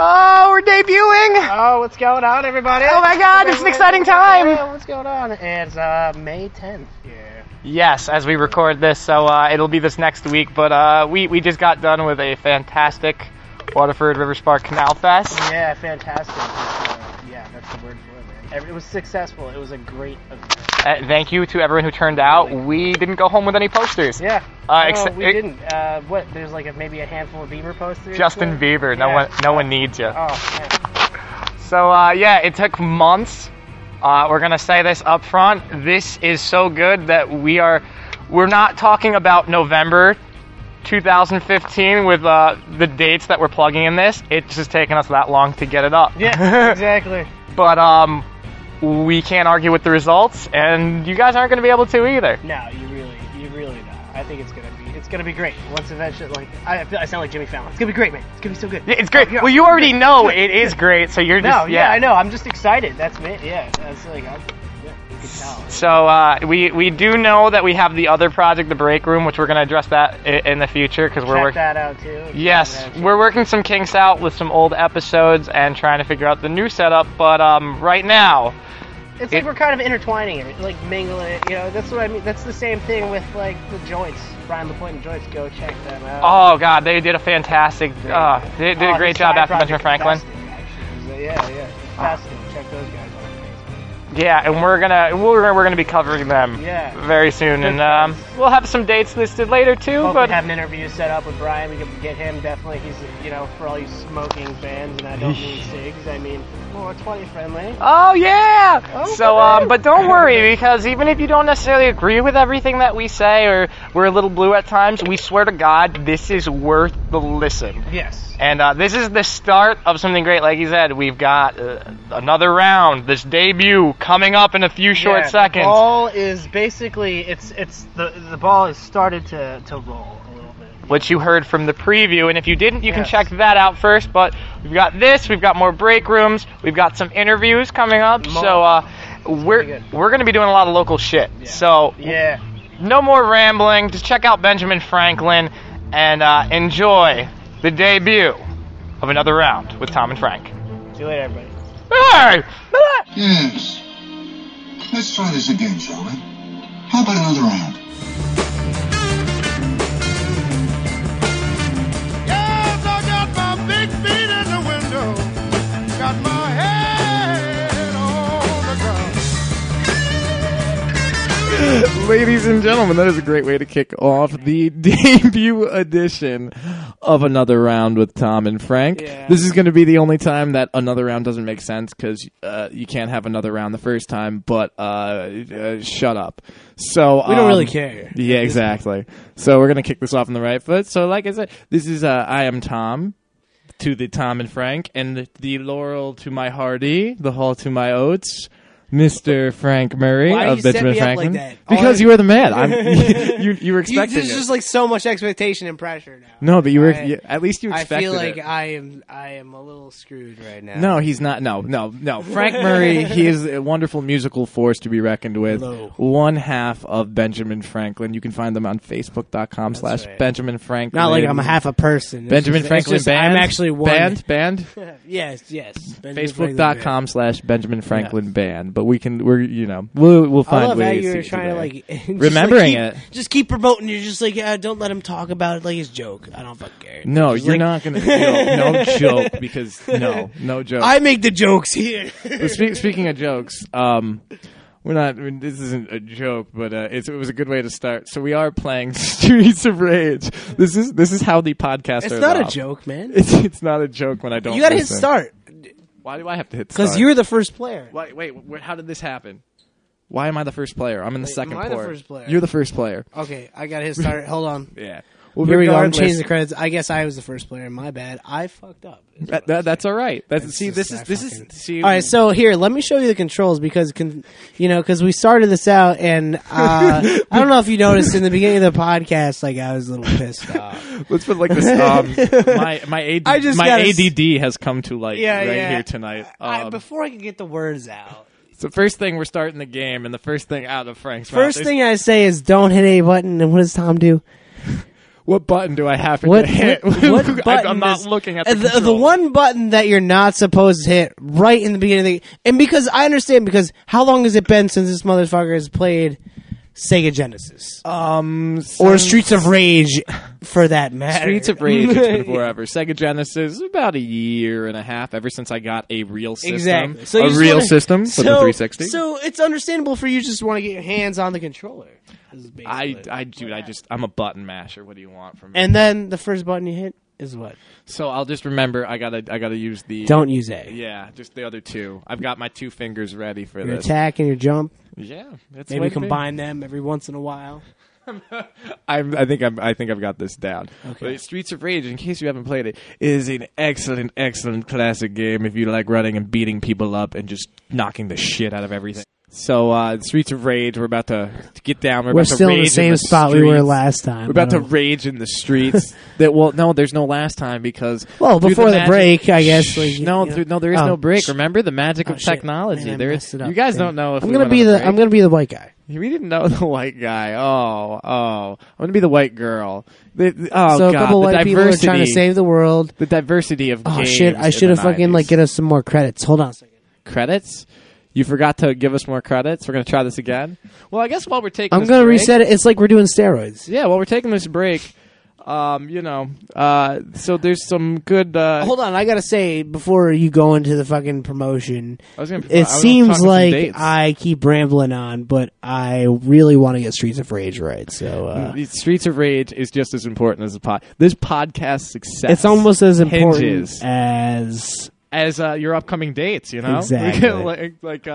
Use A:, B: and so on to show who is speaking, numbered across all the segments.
A: Oh, we're debuting!
B: Oh, what's going on, everybody?
A: Oh my God, it's an exciting time.
B: Yeah, what's going on? It's uh, May 10th here.
A: Yes, as we record this, so uh, it'll be this next week. But uh, we we just got done with a fantastic Waterford River Spark Canal Fest.
B: Yeah, fantastic. Uh, yeah, that's the word for it, man. Every- It was successful. It was a great event.
A: Uh, thank you to everyone who turned out. We didn't go home with any posters.
B: Yeah.
A: Uh,
B: no,
A: except-
B: we
A: it-
B: didn't. Uh, what? There's like a, maybe a handful of Bieber posters.
A: Justin
B: there?
A: Bieber, no
B: Yeah.
A: one no one needs you.
B: Oh, man.
A: So uh, yeah, it took months. Uh, we're gonna say this up front. This is so good that we are we're not talking about November 2015 with uh, the dates that we're plugging in this. It's just taken us that long to get it up.
B: Yeah, exactly.
A: but um, we can't argue with the results, and you guys aren't gonna be able to either.
B: No, you really, you really not. I think it's gonna be, it's gonna be great. Once eventually, like, I, I feel, I sound like Jimmy Fallon. It's gonna be great, man. It's gonna be so good.
A: Yeah, It's great. Well, you already know it is great, so you're
B: No,
A: just
B: yeah, I know. I'm just excited. That's me. Yeah, that's like, I, yeah, you can tell.
A: So uh, we we do know that we have the other project, the break room, which we're gonna address that i- in the future because we're
B: Check
A: working.
B: that out too.
A: Yes,
B: Check that out,
A: we're working some kinks out with some old episodes and trying to figure out the new setup. But um, right now,
B: too. it's like
A: it-
B: we're kind of intertwining it, like mingling it. You know, that's what I mean. That's the same thing with like the joints. Brian Lapointe and joints. Go check them out. Oh,
A: oh god, they did a fantastic, uh, they did a great job after Benjamin Franklin.
B: yeah, yeah, it's fascinating. Check those guys out. on
A: Yeah, and we're gonna we're, we're gonna be covering them
B: Yeah.
A: very soon, and um, we'll have some dates listed later too.
B: Facebook. Hope
A: but
B: we have an interview set up with Brian. We can get him definitely. He's you know for all you smoking fans, and I don't mean cigs. I mean more 20 friendly.
A: Oh yeah.
B: Okay.
A: So um, but don't worry because even if you don't necessarily agree with everything that we say or we're a little blue at times, we swear to God this is worth the listen.
B: Yes.
A: And uh, this is the start of something great. Like you said, we've got uh, another round, this debut coming up in a few short
B: Yeah, Oh.
A: seconds.
B: The ball is basically it's it's the the ball has started to to roll a little bit.
A: Which you heard from the preview, and if you didn't, you can
B: Yes.
A: check that out first. But we've got this, we've got more break rooms, we've got some interviews coming up.
B: More.
A: So uh,
B: be
A: we're
B: good.
A: we're gonna be doing a lot of local shit. So
B: Yeah.
A: no more rambling. Just check out Benjamin Franklin and uh, enjoy the debut of another round with Tom and Frank.
B: See you later, everybody.
A: Hey!
C: Yes. Let's try this again, shall we? How about another round?
D: Yes, I got my big feet in the window, got my head on the ground.
E: Ladies and gentlemen, that is a great way to kick off the debut edition of Another Round with Tom and Frank.
B: Yeah.
E: This is going to be the only time that Another Round doesn't make sense because uh, you can't have Another Round the first time, but uh, uh, shut up. So We
F: don't really care.
E: Yeah, exactly. So we're going to kick this off on the right foot. So, like I said, this is uh, I Am Tom. To the Tom and Frank, and the, the laurel to my Hardy, the hall to my oats, Mr. Frank Murray
F: Why do
E: of
F: you set
E: Benjamin
F: me up like
E: Franklin.
F: that?
E: Because
F: All
E: you were the man. I'm, you you were
F: You,
E: expecting
F: there's
E: it.
F: just like so much expectation and pressure now.
E: no, but you were
F: I-
E: you- at least you
F: I
E: expected
F: feel like
E: it.
F: I am. I am a little screwed right now.
E: no, he's not. No, no, no. Frank Murray, he is a wonderful musical force to be reckoned with.
F: Hello.
E: One half of Benjamin Franklin. You can find them on Facebook.com slash
F: right.
E: Benjamin Franklin.
F: not like I'm a half a person. It's
E: Benjamin
F: just- it's
E: Franklin
F: just
E: band.
F: I'm actually one.
E: Band, band.
F: Yes, yes. Benjamin Franklin band.
E: Facebook.com slash Benjamin Franklin band. But we can, we're, you know, we'll, we'll
F: I
E: find
F: love how
E: ways
F: you
E: to
F: were
E: get
F: trying to
E: there.
F: like just, like,
E: Remembering
F: keep-
E: it.
F: Just keep promoting. You're just like, uh, don't let him talk about it like his joke. I don't fucking care.
E: No,
F: Just
E: you're not
F: like,
E: gonna. No, no joke because no, no joke.
F: I make the jokes here.
E: But spe- speaking of jokes, um, we're not. I mean, this isn't a joke, but uh, it's, it was a good way to start. So we are playing Streets of Rage. This is this is how the podcast.
F: it's
E: started
F: not a
E: off.
F: joke, man.
E: It's it's not a joke when I don't.
F: You got to hit
E: listen.
F: start
E: Why do I have to hit start?
F: because you were the first player.
E: Wait, wait. wh- How did this happen? Why am I the first player? I'm in the second.
F: am I the
E: port.
F: first player? Oh.
E: You're the first player.
F: Okay, I got to hit start. Hold on.
E: Yeah. Well,
F: Here we go. I'm
E: regardless-
F: changing the credits. I guess I was the first player. My bad. I fucked up.
E: That, that- that's all right. That's, see.
F: just
E: This is
F: that
E: this
F: fucking-
E: is see.
F: All right, so here, let me show you the controls because, con- you know, because we started this out, and uh, I don't know if you noticed in the beginning of the podcast, like I was a little pissed off.
E: Let's put it like this. Um, my my AD,
F: I just
E: my
F: gotta s-
E: ADD has come to light
F: Yeah,
E: right
F: yeah.
E: here tonight.
F: I,
E: Um,
F: before I could get the words out,
E: so first thing we're starting the game, and the first thing out of Frank's mouth
F: first
E: is-
F: thing I say is, "Don't hit a button." And what does Tom do?
E: what button do I happen
F: What,
E: to hit?
F: what, what
E: I'm-
F: button
E: I'm not
F: is-
E: looking at
F: uh,
E: the,
F: the, the
E: controller.
F: one button that you're not supposed to hit right in the beginning of the And because I understand, because how long has it been since this motherfucker has played Sega Genesis?
E: um
F: or
E: since-
F: Streets of Rage, for that matter.
E: Streets of Rage. It's been forever. Sega Genesis about a year and a half ever since I got a real system.
F: Exactly. So you
E: a
F: just
E: real
F: wanna-
E: system for the 360.
F: So it's understandable for you just want to get your hands on the controller. is basically-
E: I, I, dude, I just, I'm a button masher. What do you want from me?
F: and then the first button you hit is what?
E: so I'll just remember I gotta, I gotta use the.
F: Don't use A.
E: Yeah, just the other two. I've got my two fingers ready for
F: Your
E: this.
F: attack and your jump.
E: yeah, that's
F: Maybe
E: what it
F: combine them every once in a while.
E: I'm, I think I'm, I think I've got this down. But Streets of Rage, in case you haven't played it, is an excellent, excellent classic game if you like running and beating people up and just knocking the shit out of everything. So, uh, Streets of Rage, we're about to get down. We're,
F: We're
E: about to
F: still in
E: rage
F: the same spot we were
E: streets.
F: last time. Uh-huh.
E: We're about
F: I
E: to
F: don't-
E: rage in the streets. that well, no, there's no last time because
F: Well,
E: through
F: before the
E: magic-
F: break, I guess,
E: Shh,
F: like,
E: no,
F: you know.
E: th- no, there is
F: Oh,
E: no break.
F: shh.
E: Remember the magic
F: Oh,
E: of
F: shit.
E: technology.
F: Man, I
E: there
F: messed
E: is,
F: it up.
E: you guys
F: Damn.
E: don't know if
F: I'm
E: we
F: gonna
E: went on
F: be
E: a
F: the
E: break.
F: I'm gonna be the white guy.
E: We didn't know the white guy. Oh, oh, I'm gonna be the white girl. The, the- oh
F: so a
E: god,
F: couple
E: the
F: white people are
E: diversity.
F: trying to save the world.
E: the diversity of
F: Oh
E: games
F: shit! I
E: in
F: should have
E: the
F: fucking like
E: 90s.
F: get us some more credits. Hold on a second.
E: credits. You forgot to give us more credits. We're gonna try this again. Well, I guess while we're taking,
F: I'm
E: this
F: gonna
E: break-
F: reset it. It's like we're doing steroids.
E: Yeah, while we're taking this break, um, you know, uh, so there's some good. Uh,
F: Hold on, I gotta say before you go into the fucking promotion,
E: I was gonna, I
F: it
E: was gonna talk
F: seems
E: some
F: like
E: dates.
F: I keep rambling on, but I really want to get Streets of Rage right. So uh,
E: The Streets of Rage is just as important as the pod. This podcast success.
F: it's almost as important
E: hinges.
F: as
E: as uh, your upcoming dates. You know,
F: Exactly.
E: like, like uh,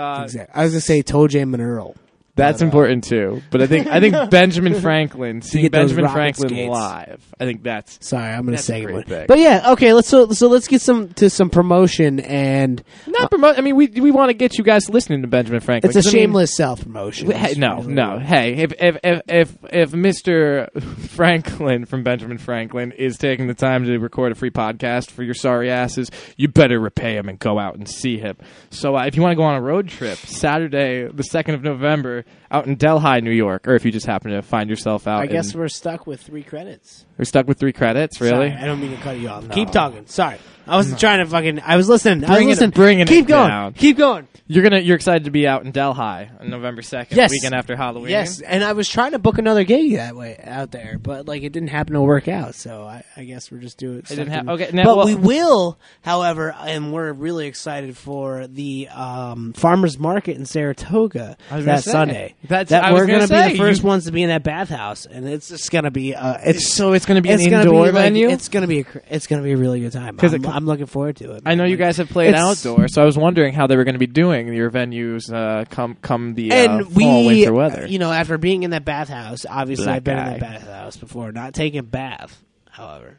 F: I was gonna say Toe Jam and Earl.
E: That's important too. But I think I think Benjamin Franklin seeing
F: get those
E: Benjamin
F: rocket
E: Franklin
F: skates.
E: live. I think that's
F: Sorry, I'm gonna
E: That's a
F: say
E: great
F: it.
E: pick.
F: But yeah, okay. Let's so, so let's get some to some promotion, and
E: not promote. I mean, we we want to get you guys listening to Benjamin Franklin.
F: it's a
E: 'cause, I mean,
F: shameless self promotion.
E: Hey, no, no. Hey, if if if if, if Mister Franklin from Benjamin Franklin is taking the time to record a free podcast for your sorry asses, you better repay him and go out and see him. So, uh, if you want to go on a road trip, Saturday the second of November, out in Delhi, New York, or if you just happen to find yourself out,
F: I guess
E: in-
F: we're stuck with three credits.
E: we're stuck with three credits. Really,
F: Sorry, I don't mean to cut you off. Keep talking. Sorry, I was trying to fucking. I was listening. I was
E: Bring it-
F: listening.
E: bringing it
F: Keep going.
E: down.
F: Keep going.
E: You're gonna you're excited to be out in Delhi on November second,
F: Yes.
E: weekend after Halloween.
F: Yes, and I was trying to book another gig that way out there, but like it didn't happen to work out. So I, I guess we're just doing. It
E: didn't hap- okay, now-
F: but
E: well-
F: we will, however, and we're really excited for the um, farmers market in Saratoga
E: was gonna
F: that
E: say.
F: Sunday.
E: That's-
F: that
E: I was
F: we're
E: gonna
F: gonna be
E: say,
F: the first
E: you-
F: ones to be in that bathhouse, and it's just gonna be. Uh, it's
E: So it's gonna be
F: it's
E: an
F: gonna
E: indoor
F: be like-
E: venue.
F: It's gonna be a cr- it's gonna be a really good time.
E: 'Cause
F: I'm,
E: it co-
F: I'm looking forward to it.
E: I know
F: man.
E: you guys have played
F: It's-
E: outdoor, so I was wondering how they were going to be doing your venues uh, come come the uh,
F: and we,
E: fall winter weather.
F: you know, after being in that bathhouse, obviously
E: Black
F: I've been
E: guy.
F: in that bathhouse before, not taking a bath, however,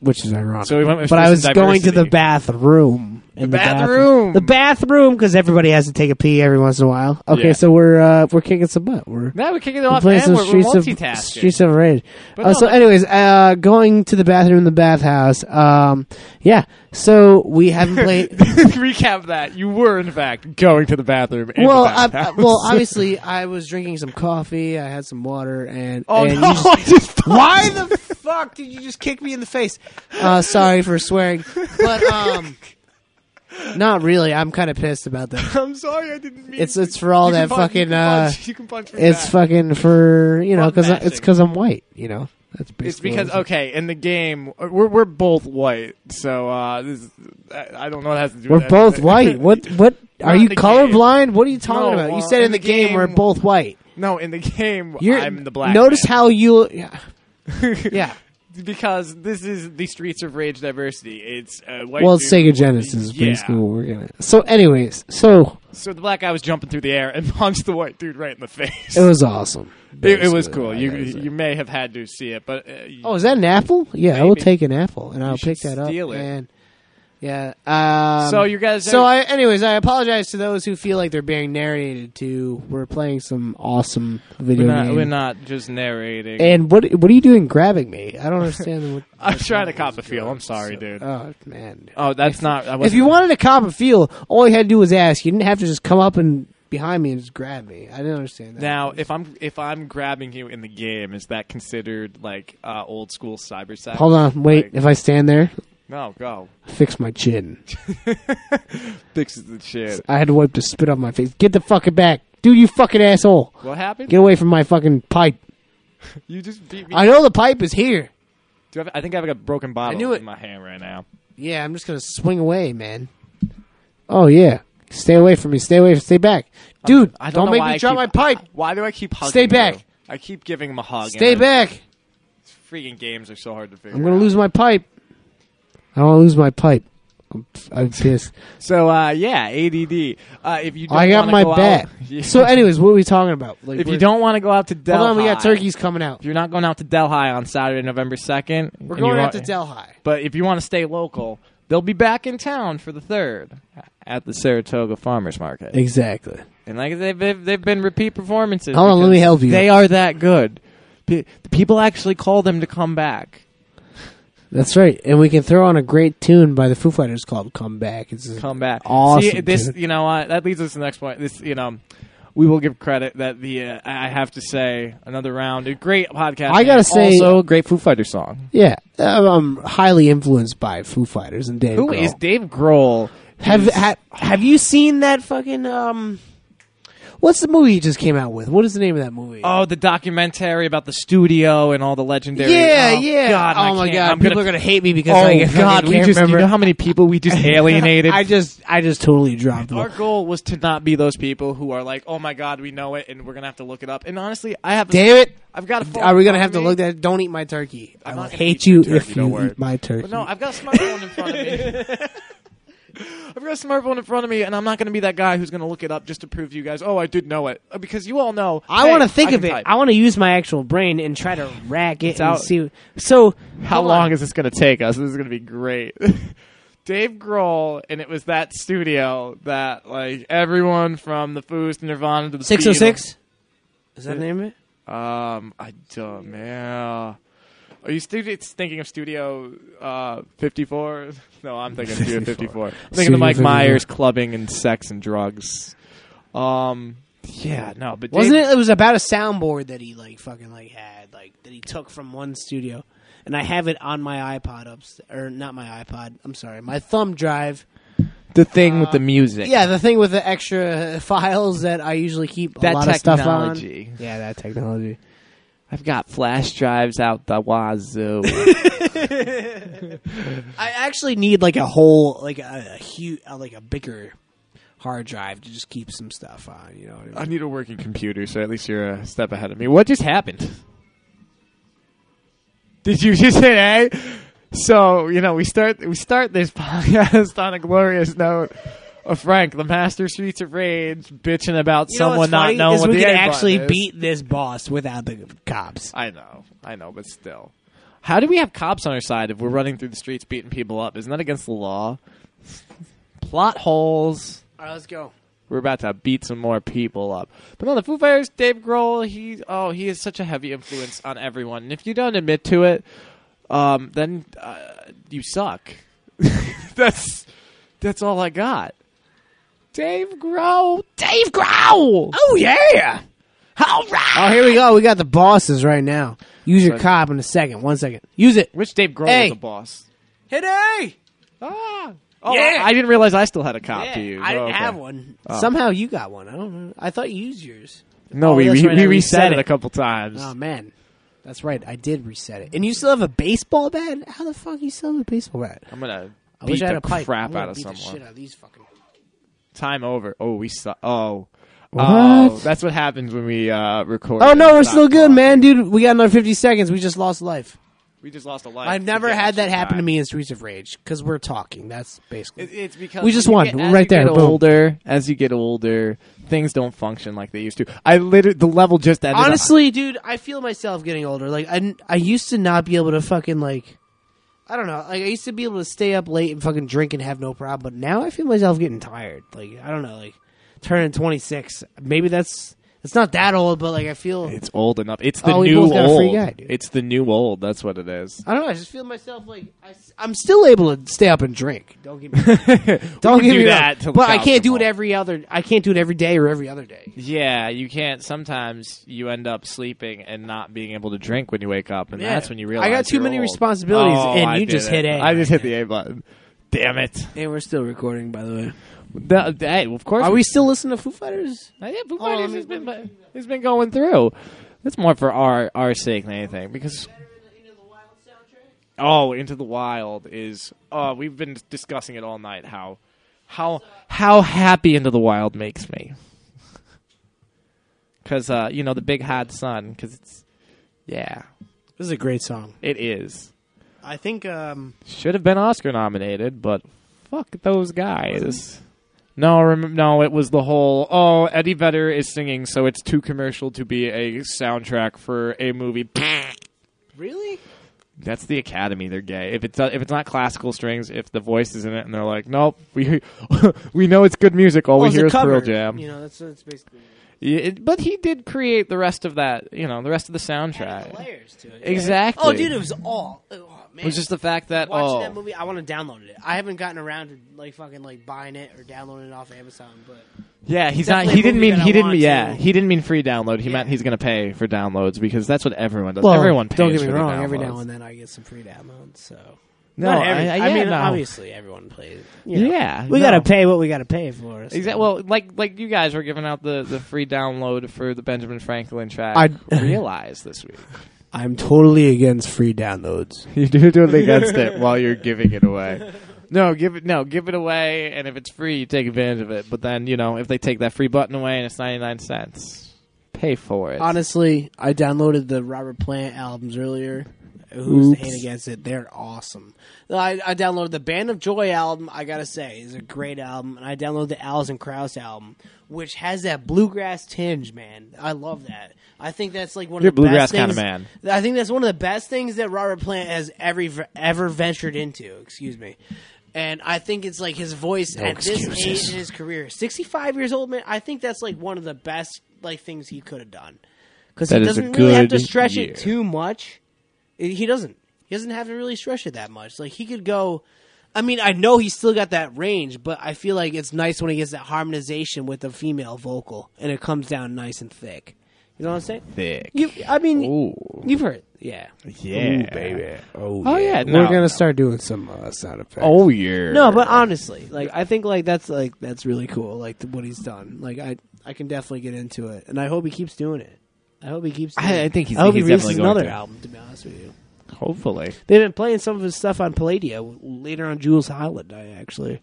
F: which is ironic.
E: So we went with
F: but I was
E: first in
F: going to the
E: diversity.
F: bathroom. In the,
E: bathroom!
F: the bathroom, because everybody has to take a pee every once in a while. Okay,
E: Yeah.
F: so we're uh, we're kicking some butt. We're
E: now we're kicking it
F: we're
E: off,
F: playing
E: and
F: some
E: we're, we're
F: streets
E: multitasking.
F: of streets of rage.
E: no,
F: Uh, so,
E: but-
F: anyways, uh, going to the bathroom in the bathhouse. Um, yeah. So we haven't played.
E: Recap that you were in fact going to the bathroom. in
F: well,
E: the
F: I, I-
E: bathhouse.
F: well, obviously, I was drinking some coffee. I had some water, and
E: oh
F: and you
E: no,
F: just-
E: I just
F: why the fuck did you just kick me in the face? Uh, sorry for swearing, but um, not really. I'm kind of pissed about that.
E: I'm sorry, I didn't mean.
F: It's it's for all
E: You can
F: that
E: punch- you
F: fucking.
E: can
F: Uh,
E: punch- you can punch me
F: it's
E: back.
F: fucking for you know
E: Front
F: because
E: mashing.
F: it's because I'm white. You know that's basically.
E: It's because
F: what it is.
E: okay, in the game we're we're both white, so uh, this is, I, I don't know what it has to do. with
F: we're both
E: anything.
F: white. What what are
E: Not
F: you
E: in the game.
F: colorblind? What are you talking
E: No,
F: about? You
E: uh,
F: said
E: in
F: in the
E: the
F: game
E: game-
F: we're both white.
E: No, in the game
F: You're,
E: I'm the black.
F: Notice
E: man.
F: how you. Yeah. yeah.
E: because this is the Streets of Rage diversity. It's uh, white.
F: Well, it's
E: dude-
F: Sega Genesis,
E: Yeah.
F: basically what we're gonna. So, anyways, so
E: So the black guy was jumping through the air and punched the white dude right in the face.
F: it was awesome.
E: It, it was
F: basically,
E: cool.
F: I
E: You
F: gotta say.
E: you may have had to see it, but uh, you-
F: Oh, is that an apple? Yeah, I will
E: Maybe.
F: take an apple, and I'll
E: should
F: pick that up.
E: steal it.
F: And yeah. Um,
E: So you guys-
F: So, I, anyways, I apologize to those who feel like they're being narrated to. We're playing some awesome
E: we're,
F: video
E: not,
F: game.
E: we're not just narrating.
F: And what what are you doing grabbing me? I don't understand. what,
E: I'm trying to cop a feel. I'm sorry, dude.
F: oh man.
E: Oh, that's not. I
F: If you wanted to cop a feel, all you had to do was ask. You didn't have to just come up and behind me and just grabbed me. I didn't understand that.
E: Now, if I'm if I'm grabbing you in the game, is that considered like uh, old school cyber sex?
F: Hold on, wait.
E: Like-
F: If I stand there,
E: no, go
F: fix my chin.
E: fixes the shit.
F: I had to wipe the spit off my face. Get the fucking back, dude. You fucking asshole.
E: What happened?
F: Get away from my fucking pipe.
E: You just beat me.
F: I know the pipe is here.
E: Do you have- I think I have a broken bottle
F: knew it.
E: in my hand right now.
F: Yeah, I'm just gonna swing away, man. Oh yeah, stay away from me. Stay away. Stay back, dude.
E: I
F: don't
E: know
F: make
E: why I
F: me drop
E: keep-
F: my pipe.
E: Why do I keep hugging?
F: Stay back.
E: you? I keep giving him a hug.
F: Stay
E: and
F: back.
E: These freaking games are so hard to figure.
F: I'm gonna
E: out.
F: lose my pipe. I don't want to lose my pipe. I'm, I'm pissed.
E: So uh, yeah, ADD. Uh, if you don't
F: I got
E: wanna
F: my
E: go
F: bat.
E: out,
F: So, anyways, what are we talking about? Like,
E: if you
F: we're-
E: don't want to go out to Delhi,
F: hold on, we got turkeys coming out.
E: If you're not going out to Delhi on Saturday, November second,
F: We're going out to Delhi.
E: But if you want to stay local, they'll be back in town for the third at the Saratoga Farmers Market.
F: Exactly.
E: And like they've they've, they've been repeat performances.
F: Hold on, let
E: because
F: me help you.
E: They are that good. Pe- People actually call them to come back.
F: That's right. And we can throw on a great tune by the Foo Fighters called "Come Back." It's just
E: come back.
F: Awesome.
E: See, this,
F: dude.
E: you know, uh, that leads us to the next point. This, you know, we will give credit that the uh, I I have to say another round. A great podcast.
F: I gotta
E: name.
F: say-
E: also great Foo Fighter song.
F: yeah, I'm I'm highly influenced by Foo Fighters and Dave.
E: Who
F: Grohl.
E: is Dave Grohl?
F: Have
E: He's-
F: ha, have you seen that fucking um? What's the movie he just came out with? What is the name of that movie?
E: oh the documentary about the studio and all the legendary.
F: yeah,
E: oh,
F: yeah.
E: God, I
F: oh my
E: can't-
F: god,
E: I'm
F: people
E: gonna,
F: are gonna hate me because I
E: Oh
F: fucking
E: God, we
F: can't
E: just
F: remember.
E: you know how many people we just alienated.
F: I just I just totally dropped.
E: Our
F: them.
E: goal was to not be those people who are like, "Oh my God, we know it, and we're gonna have to look it up." And honestly, I have.
F: Damn it!
E: I've got. a phone
F: Are we
E: in
F: gonna
E: front
F: have to
E: of me.
F: look that? Don't eat my turkey. i
E: I'm
F: will
E: not gonna eat
F: hate
E: your
F: you
E: turkey,
F: if
E: don't
F: you
E: worry.
F: eat my turkey.
E: But no, I've got a smartphone in front of me. I've got a smartphone in front of me, and I'm not going to be that guy who's going to look it up just to prove to you guys, oh, I did know it. Uh, Because you all know.
F: I
E: hey,
F: want to think
E: can
F: of it.
E: type.
F: I want to use my actual brain and try to rack it and
E: out.
F: see. So
E: How
F: hold on.
E: long is this going to take us? This is going to be great. Dave Grohl, and it was that studio that, like, everyone from the Foos to Nirvana to the
F: Six oh six. Is that the name of it?
E: Beatles- Um, I don't, man. Are you stu- it's thinking of Studio uh, 54? No, I'm thinking of Studio 54. I'm thinking
F: Studio
E: of Mike
F: 54.
E: Myers clubbing and sex and drugs. Um, yeah, no, but
F: Wasn't
E: Dave-
F: it? It was about a soundboard that he like fucking like had like that he took from one studio, and I have it on my iPod ups or not my iPod. I'm sorry, my thumb drive.
E: the thing with the music?
F: Yeah, the thing with the extra files that I usually keep
E: That
F: a lot of
E: technology.
F: stuff on. Yeah, that technology.
E: I've got flash drives out the wazoo.
F: I actually need like a whole like a, a huge like a bigger hard drive to just keep some stuff on. You know what
E: I
F: I mean?
E: need a working computer, so at least you're a step ahead of me. What just happened? Did you just hit A? So you know we start we start this podcast on a glorious note of Frank, the master suites of rage, bitching about
F: You know what's
E: someone not
F: funny
E: knowing
F: is
E: what
F: we
E: the
F: could
E: A button
F: actually
E: is.
F: beat this boss without the cops.
E: I know, I know, but still, how do we have cops on our side if we're running through the streets beating people up? Isn't that against the law? Plot holes.
F: All right, let's go.
E: we're about to beat some more people up. But no, the Foo Fighters, Dave Grohl, he oh he is such a heavy influence on everyone. And if you don't admit to it, um, then uh, you suck. that's that's all I got. Dave Grohl, Dave Grohl.
F: Oh yeah.
E: All right.
F: Oh, here we go. We got the bosses right now. Use your cop in a second. One second. Use it.
E: Which Dave Grohl
F: Hey.
E: was a boss?
F: Hit A!
E: Ah. Oh,
F: Yeah.
E: I didn't realize I still had a cop
F: Yeah,
E: to use.
F: I didn't
E: Oh, okay.
F: have one. Somehow you got one. I don't know. I thought you used yours.
E: No,
F: Oh,
E: we,
F: that's
E: we,
F: right, I
E: we
F: reset
E: reset it
F: it.
E: a couple times.
F: Oh, man. That's right. I did reset it. And you still have a baseball bat? How the fuck you still have a baseball bat?
E: I'm gonna
F: I
E: beat
F: wish I had
E: the
F: a pipe.
E: crap
F: I'm gonna
E: out of
F: beat
E: someone.
F: The shit out of these fucking...
E: Time over. Oh, we suck. Oh.
F: What?
E: that's what happens when we uh, record.
F: Oh, no,
E: and
F: we're
E: stop
F: still good,
E: talking.
F: man. Dude, we got another 50 seconds. We just lost life.
E: We just lost a life.
F: I've
E: We
F: never
E: get
F: had that
E: extra
F: happen to
E: time.
F: me in Streets of Rage because we're talking. That's basically.
E: It- It's because
F: We just
E: when
F: won.
E: you get-
F: We're
E: as
F: right
E: you
F: there.
E: Get
F: Boom.
E: older as you get older, things don't function like they used to. I literally the level just ended. on-
F: Honestly, dude, I feel myself getting older. Like I, I used to not be able to fucking like, I don't know. Like I used to be able to stay up late and fucking drink and have no problem. But now I feel myself getting tired. Like I don't know. Like turning twenty six, maybe that's It's not that old, but like I feel.
E: It's old enough. It's the
F: Oh, we
E: new
F: both got a
E: old.
F: free guy, dude.
E: it's the new old. That's what it is.
F: I don't know. I just feel myself like I, am still able to stay up and drink. Don't give me. Don't
E: would
F: give
E: do
F: me
E: that
F: that.
E: till
F: But I
E: cows
F: can't do
E: come
F: it
E: home.
F: every other. I can't do it every day or every other day.
E: Yeah, you can't. Sometimes you end up sleeping and not being able to drink when you wake up, and that's when you realize
F: I got too
E: you're
F: many
E: old.
F: responsibilities,
E: Oh,
F: and
E: I
F: you
E: did
F: just
E: it.
F: hit A.
E: I just hit the A button. Damn it!
F: and we're still recording, by the way.
E: No, hey, of course.
F: Are we still listening to Foo Fighters?
E: Yeah, Foo Fighters has been has been going through. That's more for our our sake than anything because. Oh, Into the Wild is. Uh, we've been discussing it all night. How, how, how happy Into the Wild makes me. Because uh, you know the big hot sun. Because it's, yeah,
F: This is a great song.
E: it is.
F: I think. um
E: Should have been Oscar nominated, but fuck those guys. No, rem- no, it was the whole. Oh, Eddie Vedder is singing, so it's too commercial to be a soundtrack for a movie.
F: Really?
E: That's the Academy. They're gay. If it's uh, if it's not classical strings, if the voice is in it, and they're like, nope, we we know it's good music.
F: Oh,
E: All we hear is Pearl Jam.
F: You know, that's, that's basically.
E: Yeah, it- but he did create the rest of that. You know, the rest of the soundtrack.
F: Layers to it.
E: Exactly.
F: Oh, dude, it was all. Oh,
E: It
F: man.
E: was just the fact that
F: watching
E: oh,
F: that movie. I want to download it. I haven't gotten around to like fucking like buying it or downloading it off Amazon, but
E: Yeah, he's not.
F: Definitely
E: He
F: a
E: didn't
F: movie
E: mean.
F: that I
E: He didn't.
F: want
E: Yeah,
F: to-
E: he didn't mean free download. He meant he's going to pay for downloads because that's what everyone does. everyone pays.
F: don't get me
E: for the
F: wrong. Every
E: downloads.
F: now and then I get some free downloads. So
E: No,
F: Not every-
E: I, I-
F: I
E: yeah,
F: mean
E: no.
F: obviously everyone plays. you know.
E: Yeah,
F: we
E: no.
F: gotta pay what we gotta pay for. so.
E: Exactly. Well, like like you guys were giving out the, the free download for the Benjamin Franklin track.
F: I-
E: realize this week
F: I'm totally against free downloads.
E: you do do against it while you're giving it away. No, give it no, give it away, and if it's free, you take advantage of it. But then you know if they take that free button away and it's ninety nine cents, pay for it.
F: Honestly, I downloaded the Robert Plant albums earlier. Who's
E: Oops.
F: to hate against it? They're awesome. I, I downloaded the Band of Joy album. I gotta say, is a great album, and I downloaded the Alison Krauss album, which has that bluegrass tinge. Man, I love that. I think that's like one
E: You're a
F: of the
E: bluegrass
F: best things,
E: kinda man.
F: I think that's one of the best things that Robert Plant has ever ever ventured into. Excuse me. And I think it's like his voice at this age in his career, sixty-five years old, man. I think that's like one of the best like things he could have done because he
E: That is a
F: doesn't really have to
E: good
F: stretch
E: year.
F: it too much. It- He doesn't. He doesn't have to really stretch it that much. Like he could go. I mean, I know he's still got that range, but I feel like it's nice when he gets that harmonization with the female vocal, and it comes down nice and thick. You know what I'm saying?
E: Thick.
F: You, I mean,
E: Ooh.
F: you've heard, yeah.
E: yeah,
F: Oh,
E: Oh yeah, no, no.
F: start doing some uh, sound effects.
E: Oh yeah.
F: No, but honestly, like I think like that's like that's really cool. Like th- what he's done. Like I I can definitely get into it, and I hope he keeps doing it. I hope he keeps. Doing
E: I-
F: it.
E: I think he's-
F: I hope
E: he's
F: he releases
E: definitely going
F: another
E: to.
F: album. To be honest with you,
E: hopefully.
F: they've been playing some of his stuff on Palladio. Later on, Jules Highland, I actually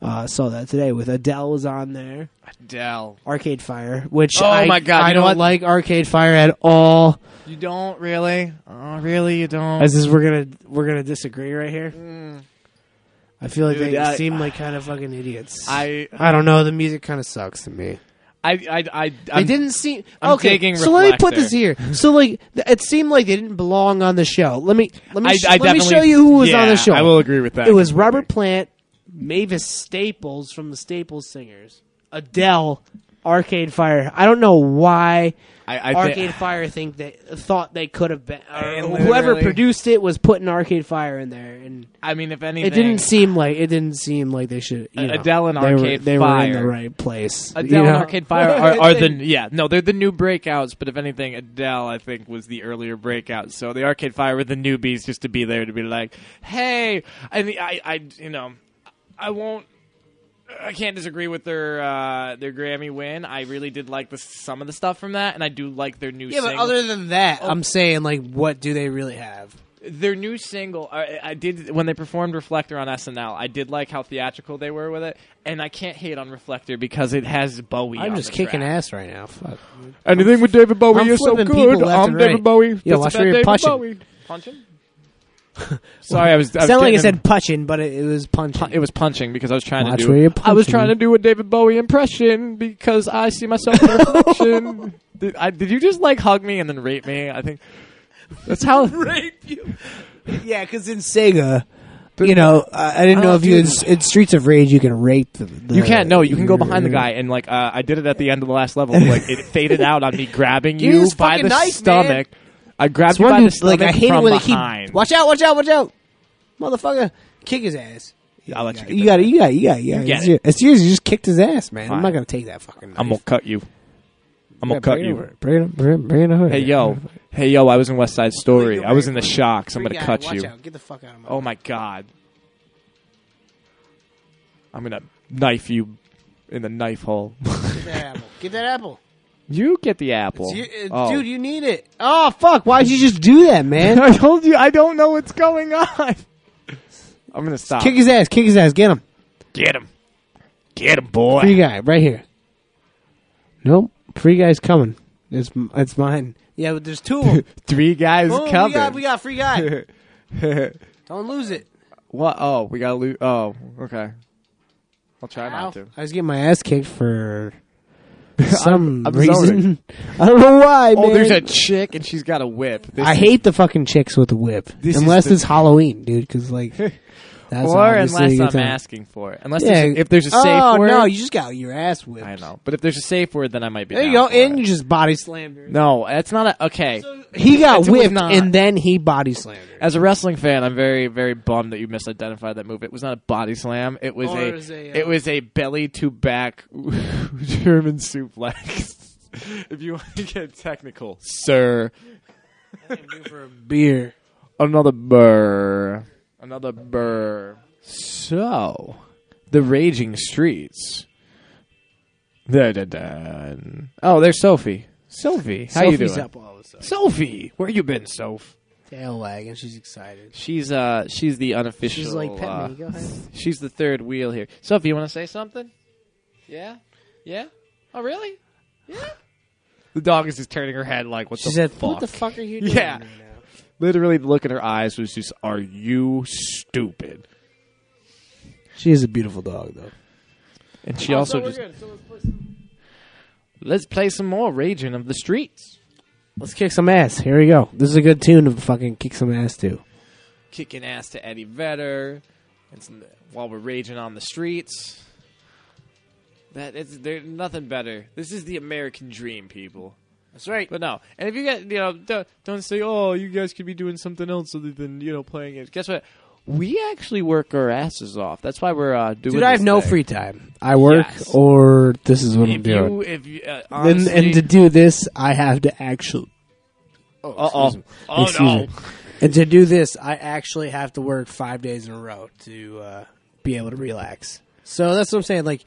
F: uh, saw that today with Adele was on there.
E: Dell.
F: Arcade Fire, which
E: Oh
F: I,
E: my God,
F: I
E: you know
F: don't
E: what?
F: like Arcade Fire at all.
E: You don't really? Oh, really? You don't? Mm,
F: As is, we're gonna we're gonna disagree right here. I feel like
E: Dude,
F: they
E: I-
F: seem like kind of fucking idiots.
E: I-
F: I don't know. The music kind of sucks to me.
E: I, I, I,
F: They
E: I'm-
F: didn't seem
E: I'm
F: okay.
E: digging
F: so let me put
E: Reflector.
F: this here. So like, th- it seemed like they didn't belong on the show. Let me let me
E: I-
F: sh-
E: I
F: let me
E: definitely-
F: show you who was on
E: yeah,
F: the show.
E: I will agree with that
F: It was
E: completely.
F: Robert Plant, Mavis Staples from the Staples Singers, Adele, Arcade Fire. I don't know why.
E: I, I
F: Arcade
E: think,
F: Fire think they thought they could have been or
E: literally-
F: whoever produced it was putting Arcade Fire in there, and
E: I mean, if anything,
F: it didn't seem like it didn't seem like they should. You know,
E: Adele and
F: they
E: Arcade
F: were, they were in
E: Fire.
F: the right place.
E: Adele
F: you
E: and
F: know?
E: Arcade Fire are, are the yeah no they're the new breakouts but if anything Adele I think was the earlier breakout so the Arcade Fire were the newbies just to be there to be like hey I mean, I I you know I won't I can't disagree with their uh, their Grammy win I really did like the some of the stuff from that and I do like their new
F: Yeah, but
E: single.
F: other than that, I'm saying like, what do they really have?
E: their new single I, I did when they performed reflector on snl i did like how theatrical they were with it and i can't hate on reflector because it has bowie
F: I'm
E: on
F: just
E: the
F: kicking
E: track.
F: ass right now. Fuck.
E: anything with david bowie
F: I'm
E: is so
F: flipping
E: good
F: people left
E: i'm
F: and
E: david
F: right.
E: bowie
F: Yeah,
E: It's
F: watch
E: about
F: where you're
E: david
F: punching.
E: bowie punching sorry i was, I was
F: Sound like I
E: getting-
F: said punching, but it, it was punching.
E: it was punching because i was trying
F: Watch
E: to
F: where
E: do
F: you're
E: i was
F: punching.
E: trying to do a david bowie impression because i see myself in a reflection did, I, did you just like hug me and then rape me i think that's how
F: yeah, because in Sega, you know, I I didn't know if you in, in Streets of Rage you can rape. The, the- Mm-hmm.
E: You can't. No, you can go behind the guy and like uh, I did it at the end of the last level. Like it faded out on me grabbing you
G: Dude's
E: by
G: fucking
E: the
G: nice,
E: stomach. I grabbed
F: It's
E: you by
F: one
E: the
F: dude, like
E: stomach
F: I hate it
E: from
F: when they
E: behind.
F: keep.
G: Watch out! Watch out! Watch out! Motherfucker, kick his ass.
E: I'll let you. Get
F: You
E: that.
F: got it. You got it. You got it. You got
E: get
F: it's, yours. It's yours. You just kicked his ass, man.
E: Fine.
F: I'm not gonna take that fucking. Knife.
E: I'm gonna cut you. I'm
F: Yeah,
E: gonna cut
F: bring it
E: you.
F: over. Bring it. Bring it. Bring it. over.
E: Hey yo, hey yo! I was in West Side Story. I was in the shocks. I'm
G: Free
E: gonna
G: guy,
E: cut
G: watch
E: you.
G: Out. Get the fuck out of my.
E: Oh my god! I'm gonna knife you in the knife hole.
G: Get that apple. Get that apple.
E: you get the apple,
G: You- uh,
E: Oh.
G: Dude, you need it.
F: Oh fuck! Why'd you just do that, man?
E: I told you I don't know what's going on. I'm gonna stop.
F: kick his ass. Kick his ass. Get him.
E: Get him, get him,
F: Free
E: boy.
F: guy, right here. Nope. Free guy's coming. It's it's mine.
G: Yeah, but there's two of them.
E: Three guys
G: Boom, Oh, we
E: coming.
G: got, we got free guy. Don't lose it.
E: What? Oh, we gotta lose. Oh, okay. I'll try
G: Ow.
E: not to.
F: I was getting my ass kicked for some
E: I'm
F: reason. I don't know why,
E: Oh,
F: man.
E: there's a chick and she's got a whip. This
F: I
E: is-
F: hate the fucking chicks with a whip,
E: This is
F: unless
E: the-
F: it's Halloween, dude. Because like, that's
E: or
F: obviously
E: unless
F: a good
E: I'm
F: time.
E: asking for it. Unless
F: Yeah.
E: there's a- if there's a safe
F: oh,
E: word.
F: no, you just got your ass whipped.
E: I know, but if there's a safe word, then I might be.
F: There you
E: down
F: go,
E: for
F: and you
E: it.
F: just body slammed her.
E: No, that's not a okay.
F: He got
E: It's- it was
F: whipped,
E: not.
F: and then he body slammed her.
E: As a wrestling fan, I'm very, very bummed that you misidentified that move. It was not a body slam. It was
G: Or
E: a,
G: it was a, uh,
E: it was a belly to back German suplex. if you want to get technical, sir.
F: Beer.
E: Another burr. Another burr. So, the raging streets. Da, da, da. Oh, there's Sophie. Sophie, how you
F: Sophie's
E: doing?
F: up all of a sudden.
E: Sophie, where you been, Soph?
F: Tail wagging. She's excited.
E: She's uh, she's the unofficial.
F: She's like, pet
E: uh,
F: me. Go ahead.
E: She's the third wheel here. Sophie, you want to say something? Yeah? Yeah? Oh, really? Yeah? The dog is just turning her head like, what
F: She
E: the
F: said,
E: fuck?
F: "What the fuck are you doing?"
E: Yeah.
F: right now?"
E: Literally, the look in her eyes was just, are you stupid?
F: She is a beautiful dog, though.
E: And
F: Oh,
E: she also just. let's, play some more Raging of the Streets.
F: Let's kick some ass. Here we go. This is a good tune to fucking kick some ass to.
E: Kicking ass to Eddie Vedder. It's, while we're raging on the streets. That it's there's nothing better. This is the American dream, people.
G: That's right.
E: But no, and if you get you know don't, don't say oh you guys could be doing something else other than you know playing it. Guess what? We actually work our asses off. That's why we're uh, doing.
F: Dude, I have
E: this
F: no
E: thing.
F: free time. I work
E: Yes.
F: or this is what I'm
E: If
F: doing.
E: you if you uh,
F: And,
E: honestly,
F: and to do this, I have to actually.
E: uh oh
F: Excuse
E: no
F: me. And to do this, I actually have to work five days in a row to uh, be able to relax. So that's what I'm saying. Like,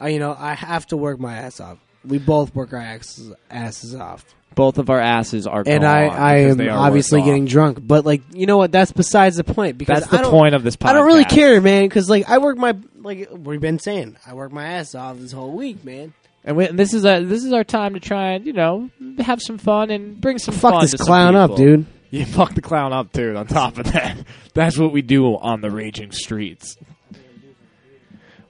F: I, you know, I have to work my ass off. We both work our asses, asses off.
E: both of our asses are
F: and
E: gone
F: I, I
E: Oh, because
F: am
E: they are
F: obviously
E: worse off.
F: getting drunk. But like, you know what? That's besides the point. Because
E: That's the
F: I don't-
E: point of this
F: I don't really
E: podcast.
F: care, man. Because like, I work my like we've been saying, I work my ass off this whole week, man.
E: And, we, and this is a this is our time to try and you know have some fun and bring some
F: Fuck
E: fun
F: this
E: to some
F: clown up,
E: people.
F: dude.
E: Yeah, fuck the clown up, dude. On top of that, that's what we do on the raging streets.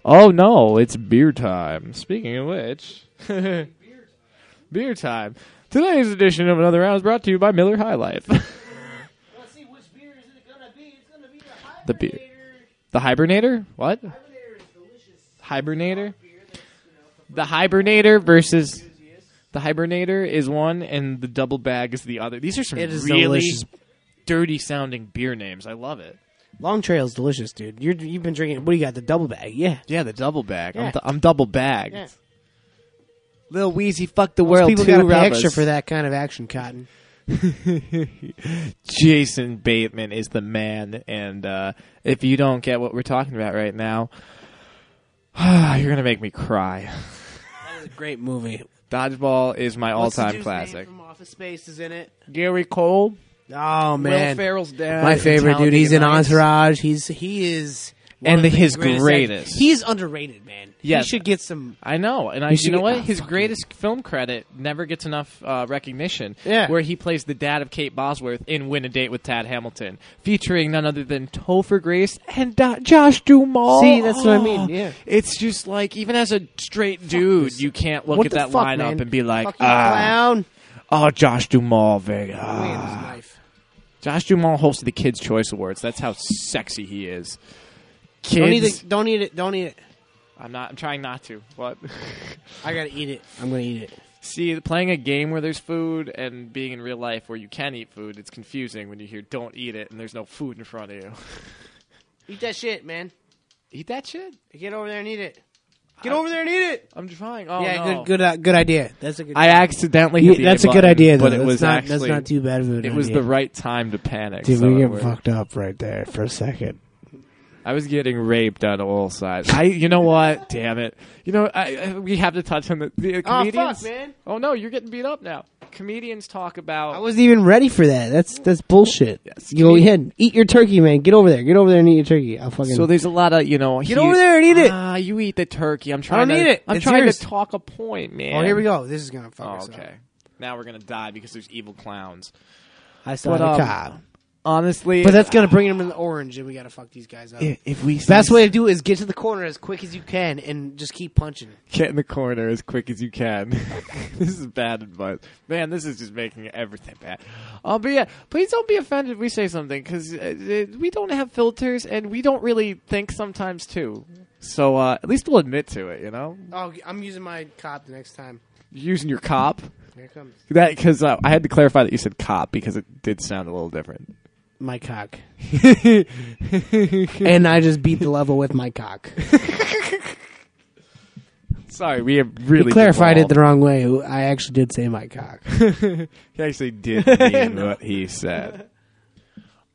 E: Oh no, it's beer time. Speaking of which, beer time. Today's edition of Another Round is brought to you by Miller High Life.
G: Let's see which beer is it gonna be. It's gonna be
E: The beer. the Hibernator? What? Hibernator? The Hibernator versus. The Hibernator is one, and the Double Bag is the other. These are some
F: It is
E: really
F: delicious.
E: dirty sounding beer names. I love it.
F: Long Trail's delicious, dude. You're, you've been drinking. What do you got? The double bag? Yeah.
E: Yeah, the double bag.
F: Yeah.
E: I'm, th- I'm double bagged.
F: Yeah.
E: Lil Weezy, fuck the
F: Most
E: world.
F: people
E: too,
F: got to pay
E: Robbers.
F: extra for that kind of action, Cotton.
E: Jason Bateman is the man, and uh, if you don't get what we're talking about right now, you're gonna make me cry.
F: Great movie.
E: Dodgeball is my all-time classic.
G: Office Space is in it.
E: Gary Cole,
F: Oh
E: Will
F: man,
E: Ferrell's dad,
F: my favorite dude. He's in
E: Talladega Nights.
F: Entourage. He's he is one
E: And
F: of the
E: his
F: greatest.
E: greatest.
F: act- he's underrated, man.
E: Yes.
F: He should get some.
E: I know, and I,
F: You
E: you,
F: should
E: know
F: get-
E: what?
F: oh,
E: His
F: fuck
E: greatest film credit never gets enough uh, recognition.
F: Yeah.
E: where he plays the dad of Kate Bosworth in "Win a Date with Tad Hamilton," featuring none other than Topher Grace and Do- Josh Duhamel. Ah.
F: See, that's what I mean, yeah.
E: it's just like even as a straight dude, you can't look
F: What
E: at
F: the
E: that
F: fuck,
E: lineup
F: man?
E: and be like,
F: Fucking
E: ah,
F: clown.
E: "Oh, Josh Duhamel, very, ah."
F: Man, his knife.
E: Josh Dumont hosted the Kids Choice Awards. That's how sexy he is. Kids,
F: Don't eat it. Don't eat it. Don't eat it.
E: I'm not. I'm trying not to. What?
F: I gotta eat it. I'm gonna eat it.
E: See, playing a game where there's food and being in real life where you can eat food, it's confusing when you hear "don't eat it" and there's no food in front of you.
F: Eat that shit, man.
E: eat that shit.
F: Get over there and eat it. Get over there and eat it.
E: I'm trying. Oh
F: Yeah,
E: no.
F: good, good, uh, good idea. That's a good.
E: I accidentally
H: Yeah,
E: hit the
H: that's a
E: button,
H: good idea, though.
E: but it
H: that's
E: was
H: not,
E: actually
H: that's not too bad of an
E: It was
H: idea.
E: the right time to panic.
H: Dude,
E: so
H: we
E: it
H: get
E: worked.
H: fucked up right there for a second.
E: I was getting raped on all sides. I, you know what? Damn it! You know, I, I we have to touch on the, the
F: fuck,
E: comedians.
F: man.
E: Oh, no, you're getting beat up now. Comedians talk about.
H: I wasn't even ready for that. That's that's bullshit. you go
E: keep-
H: ahead, eat your turkey, man. Get over there. Get over there and eat your turkey. I'll fucking.
E: so there's a lot of you know. Get
H: over there and eat it.
E: Ah, you eat the turkey. I'm trying
H: don't
E: to
H: eat it.
E: I'm
H: It's
E: trying
H: yours.
E: to talk a point, man.
F: Oh, here we go. This is gonna fuck
E: Oh,
F: us up.
E: okay. Now we're gonna die because there's evil clowns.
H: I saw but,
E: But, um,
H: cop.
E: Honestly,
F: But that's gonna bring them in the orange, and we gotta fuck these guys up.
E: if we
F: Best way to do it is get to the corner as quick as you can and just keep punching.
E: get in the corner as quick as you can. this is bad advice, man. This is just making everything bad. Uh, but yeah, please don't be offended if we say something because uh, uh, we don't have filters and we don't really think sometimes too. So uh, at least we'll admit to it, you know.
F: Oh, I'm using my cop the next time.
E: Using your cop
F: Here it comes
E: that because uh, I had to clarify that you said cop because it did sound a little different.
F: my cock.
H: and I just beat the level with my cock.
E: Sorry, we have really
H: He clarified it
E: devolved.
H: the wrong way. I actually did say my cock.
E: He actually did mean what he said.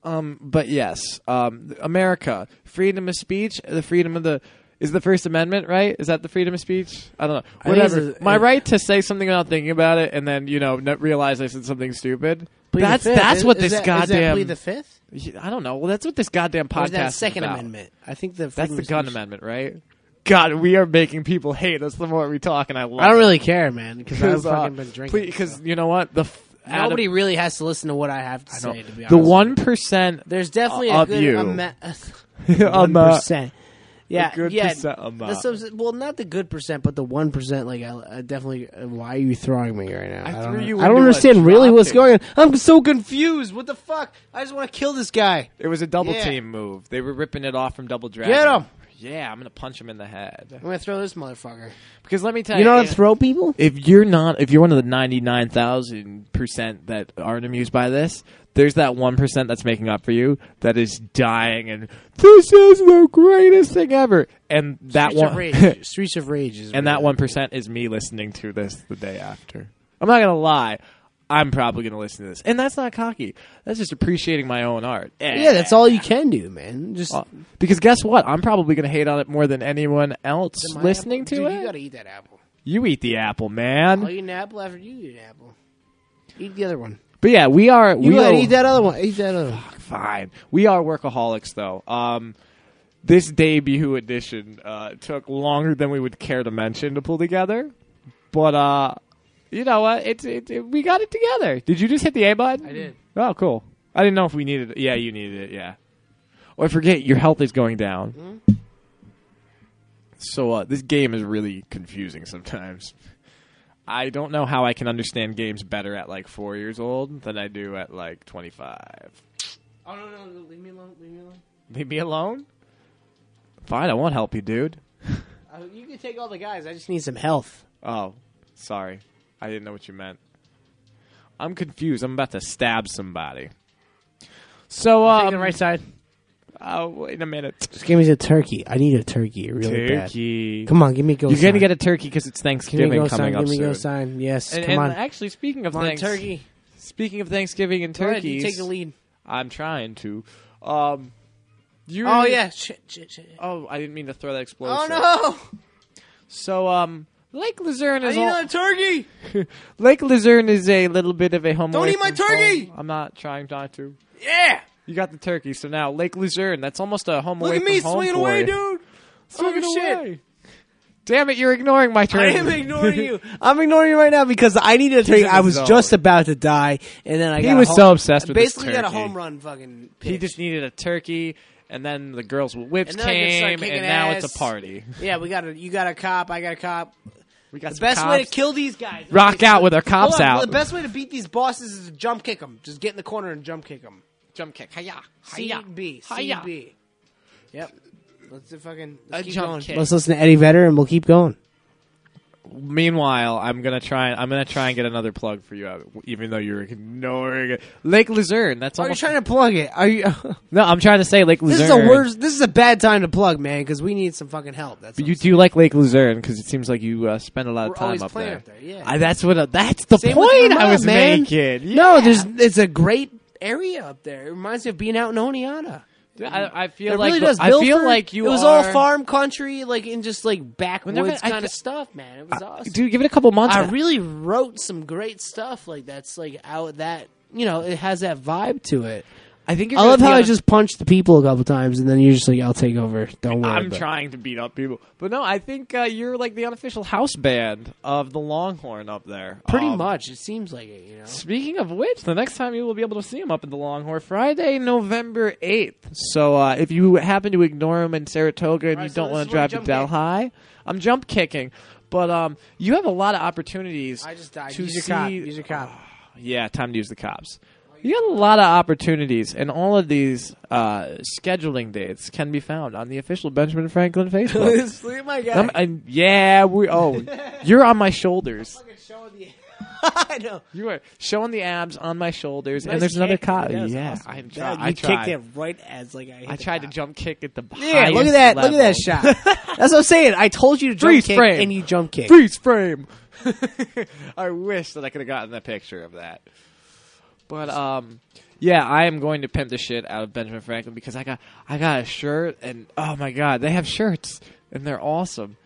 E: Um, but yes, um, America, freedom of speech, the freedom of the is the First Amendment, right? Is that the freedom of speech? I don't know.
H: think it's
E: Whatever.
H: a-
E: My right to say something without thinking about it, and then you know not realize I said something stupid.
H: Plead the
E: that's
H: fifth.
E: that's
F: Is-
E: what
F: is
E: this
F: that- is that
E: goddamn.
F: plead the fifth?
E: I don't know. Well, that's what this goddamn podcast
F: Or is that
E: is
F: Second
E: about.
F: Amendment? I think the
E: That's
F: freedom
E: the
F: of
E: Gun
F: speech-
E: Amendment, right? God, we are making people hate us the more we talk, and I love.
F: I don't
E: it.
F: really care, man, because I've
E: Because, uh,
F: fucking been drinking.
E: Because
F: so.
E: you know what, the f- out of-
F: nobody really has to listen to what I have to
E: No.
F: say. To be honest,
E: the
F: with you.
E: one percent
F: there's definitely
E: Uh,
F: a
E: of
F: good
E: you.
F: ama-
E: on
H: One
E: the
H: percent.
F: yeah,
E: uh, good
F: yeah.
E: percent of
F: the
E: that.
F: subs- well, not the good percent, but the one percent. Like, I, I definitely. uh, Why are you throwing me right now?
E: I
F: don't
E: threw
F: know.
E: you
F: I don't
E: into a
F: understand really what's going on.
E: traffic.
F: I'm so confused. What the fuck? I just want to kill this guy.
E: it was a double
F: Yeah.
E: team move. They were ripping it off from Double Dragon.
F: Get 'em.
E: Yeah, I'm gonna punch him in the head.
F: I'm gonna throw this motherfucker.
E: Because let me tell
H: You
E: you,
H: know how to
E: if-
H: throw people?
E: if you're not, if you're one of the ninety nine thousand percent that aren't amused by this, there's that one percent that's making up for you that is dying and this is the greatest thing ever. And that
F: Streets of
E: one,
F: Rage. Streets of Rage is
E: and that one percent is me listening to this the day after. I'm not gonna lie. I'm probably going to listen to this. And that's not cocky. That's just appreciating my own art.
F: Yeah, that's all you can do, man. Just
E: Uh, Because guess what? I'm probably going to hate on it more than anyone else listening to
F: Dude,
E: it.
F: You gotta eat that apple.
E: You eat the apple,
F: I'll
E: man.
F: eat an apple after you eat an apple. Eat the other one.
E: But yeah, we are
F: You
E: we
F: gotta
E: are
F: eat that other one. Eat that other one.
E: fine. We are workaholics though. Um this debut edition uh took longer than we would care to mention to pull together. But uh you know what? It's it, it- we got it together. Did you just hit the A button? I
F: did.
E: Oh, cool. I didn't know if we needed it. Yeah, you needed it. Yeah. Oh, I forget your health is going down. So uh, this game is really confusing sometimes. I don't know how I can understand games better at like four years old than I do at like twenty five.
F: Oh no, no, no, leave me alone. Leave me alone.
E: Leave me alone? Fine, I won't help you, dude.
F: Uh, you can take all the guys. I just need some health.
E: Oh, sorry. I didn't know what you meant. I'm confused. I'm about to stab somebody. So,
F: Take
E: um,
F: the right side.
E: oh, wait a minute.
H: Just give me the turkey. I need a turkey really bad.
E: Turkey.
H: Come on, give me a go.
E: You're
H: sign.
E: going to get a turkey because it's
H: Give me a
E: Thanksgiving
H: go
E: coming
H: sign.
E: up
H: Give me a
E: soon.
H: go sign. Yes,
E: And,
H: come
E: and
H: on.
E: actually, speaking of
F: Come on,
E: thanks,
F: turkey.
E: speaking of Thanksgiving and
F: Go ahead,
E: turkeys,
F: you take the lead.
E: I'm trying to. Um, you.
F: Oh yeah. Shit, shit, shit.
E: Oh, I didn't mean to throw that explosive.
F: Oh no!
E: So, um, Lake Luzerne
F: I
E: is
F: need
E: all-
F: another turkey.
E: Lake Luzerne is a little bit of a home.
F: Don't
E: away
F: eat my
E: from
F: turkey!
E: home. I'm not trying not to.
F: Yeah.
E: You got the turkey, so now Lake Luzerne. That's almost a home
F: Look
E: away
F: at me
E: from home
F: swinging
E: for
F: away,
E: you.
F: dude.
E: Swinging
F: Oh, shit.
E: away. Damn it! You're ignoring my
F: I
E: turkey.
F: am ignoring you.
H: I'm ignoring you right now because I needed a turkey.
E: in
H: I
E: the
H: was
E: zone.
H: just about to die, and then I
E: He
H: got
E: was
H: home.
E: so obsessed with this
F: Basically, got a
E: turkey.
F: home run. Fucking.
E: He
F: pitch.
E: just needed a turkey, and then the girls with whips
F: And then I could start
E: came,
F: kicking
E: and now
F: ass.
E: it's a party.
F: Yeah, we got a. You got a cop. I got a cop.
E: We got
F: The best
E: some
F: way to
E: cops.
F: kill these guys.
E: Rock
F: Okay,
E: out
F: so-
E: with our cops
F: Hold on,
E: out.
F: The best way to beat these bosses is to jump kick them. Just get in the corner and jump kick them.
A: jump kick. Hiya,
I: C
A: hiya,
I: and B, C
A: hiya.
I: and B. Yep. Let's do fucking
A: A
I: let's keep
A: jump
I: going.
A: kick.
F: Let's listen to Eddie Vedder and we'll keep going.
E: Meanwhile, I'm gonna try. I'm gonna try and get another plug for you, uh, even though you're ignoring it. Lake Luzerne. That's
F: Are you
E: almost.
F: Oh, trying to plug it? Are you?
E: no, I'm trying to say Lake
F: this
E: Luzerne.
F: is a worst. This is a bad time to plug, man, because we need some fucking help. That's
E: But you do like Lake Luzerne because it seems like you uh, spend a lot
F: We're
E: of time
F: always
E: up
F: playing
E: there.
F: up there, yeah.
E: I, that's what. Uh, that's the
F: Same with
E: point I
F: Vermont,
E: was
F: man.
E: making. Yeah.
F: No, there's. It's a great area up there. It reminds me of being out in Oneonta.
E: I, I feel
F: It
E: like
F: really does.
E: I feel
F: Milford,
E: like you
F: It was all
E: are,
F: farm country, like in just like
E: Whenever
F: backwoods
E: I
F: kind
E: fe-
F: of stuff, man. It was awesome.
E: Dude, give it a couple months.
F: I
E: and-
F: really wrote some great stuff like that's like out that you know it has that vibe to it.
E: I think you're
F: I
E: gonna
F: love
E: be
F: how I
E: able-
F: just punched the people a couple times and then you're just like I'll take over. Don't worry.
E: I'm
F: about it."
E: trying to beat up people, but no, I think uh, you're like the unofficial house band of the Longhorn up there.
F: Pretty
E: Um,
F: much, it seems like it. You know,
E: Speaking of which, the next time you will be able to see him up at the Longhorn Friday, November eighth. So uh, if you happen to ignore him in Saratoga and you
I: so
E: don't
I: this
E: want
I: is
E: to
I: where
E: drive
I: you
E: to
I: jump kick.
E: Delhi, I'm jump kicking. But um, you have a lot of opportunities.
I: I just died.
E: To
I: Use your
E: see, Ah,
I: cop. Use your cop.
F: Ah.
E: yeah, time to use the cops. You got a lot of opportunities, and all of these uh, scheduling dates can be found on the official Benjamin Franklin Facebook.
I: Look at my guy.
F: uh,
E: I'm- I'm- yeah, we. Oh, you're on my shoulders.
I: I know.
E: You are showing the abs on my shoulders,
I: Nice
E: and there's another
I: kick.
E: cop.
I: That was
E: Yeah,
I: awesome.
E: I'm
I: That-
E: try-
I: you
E: I tried.
I: kicked it right as like I. Hit
E: I
I: the
E: tried to
I: cop.
E: jump kick at the
I: Yeah, look at that! Look at that shot. That's what I'm saying. I told you to jump
E: Freeze
I: kick,
E: frame.
I: and you jump kick.
E: freeze frame. I wish that I could have gotten a picture of that. But um, yeah, I am going to pimp the shit out of Benjamin Franklin because I got I got a shirt and oh my god, they have shirts and they're awesome.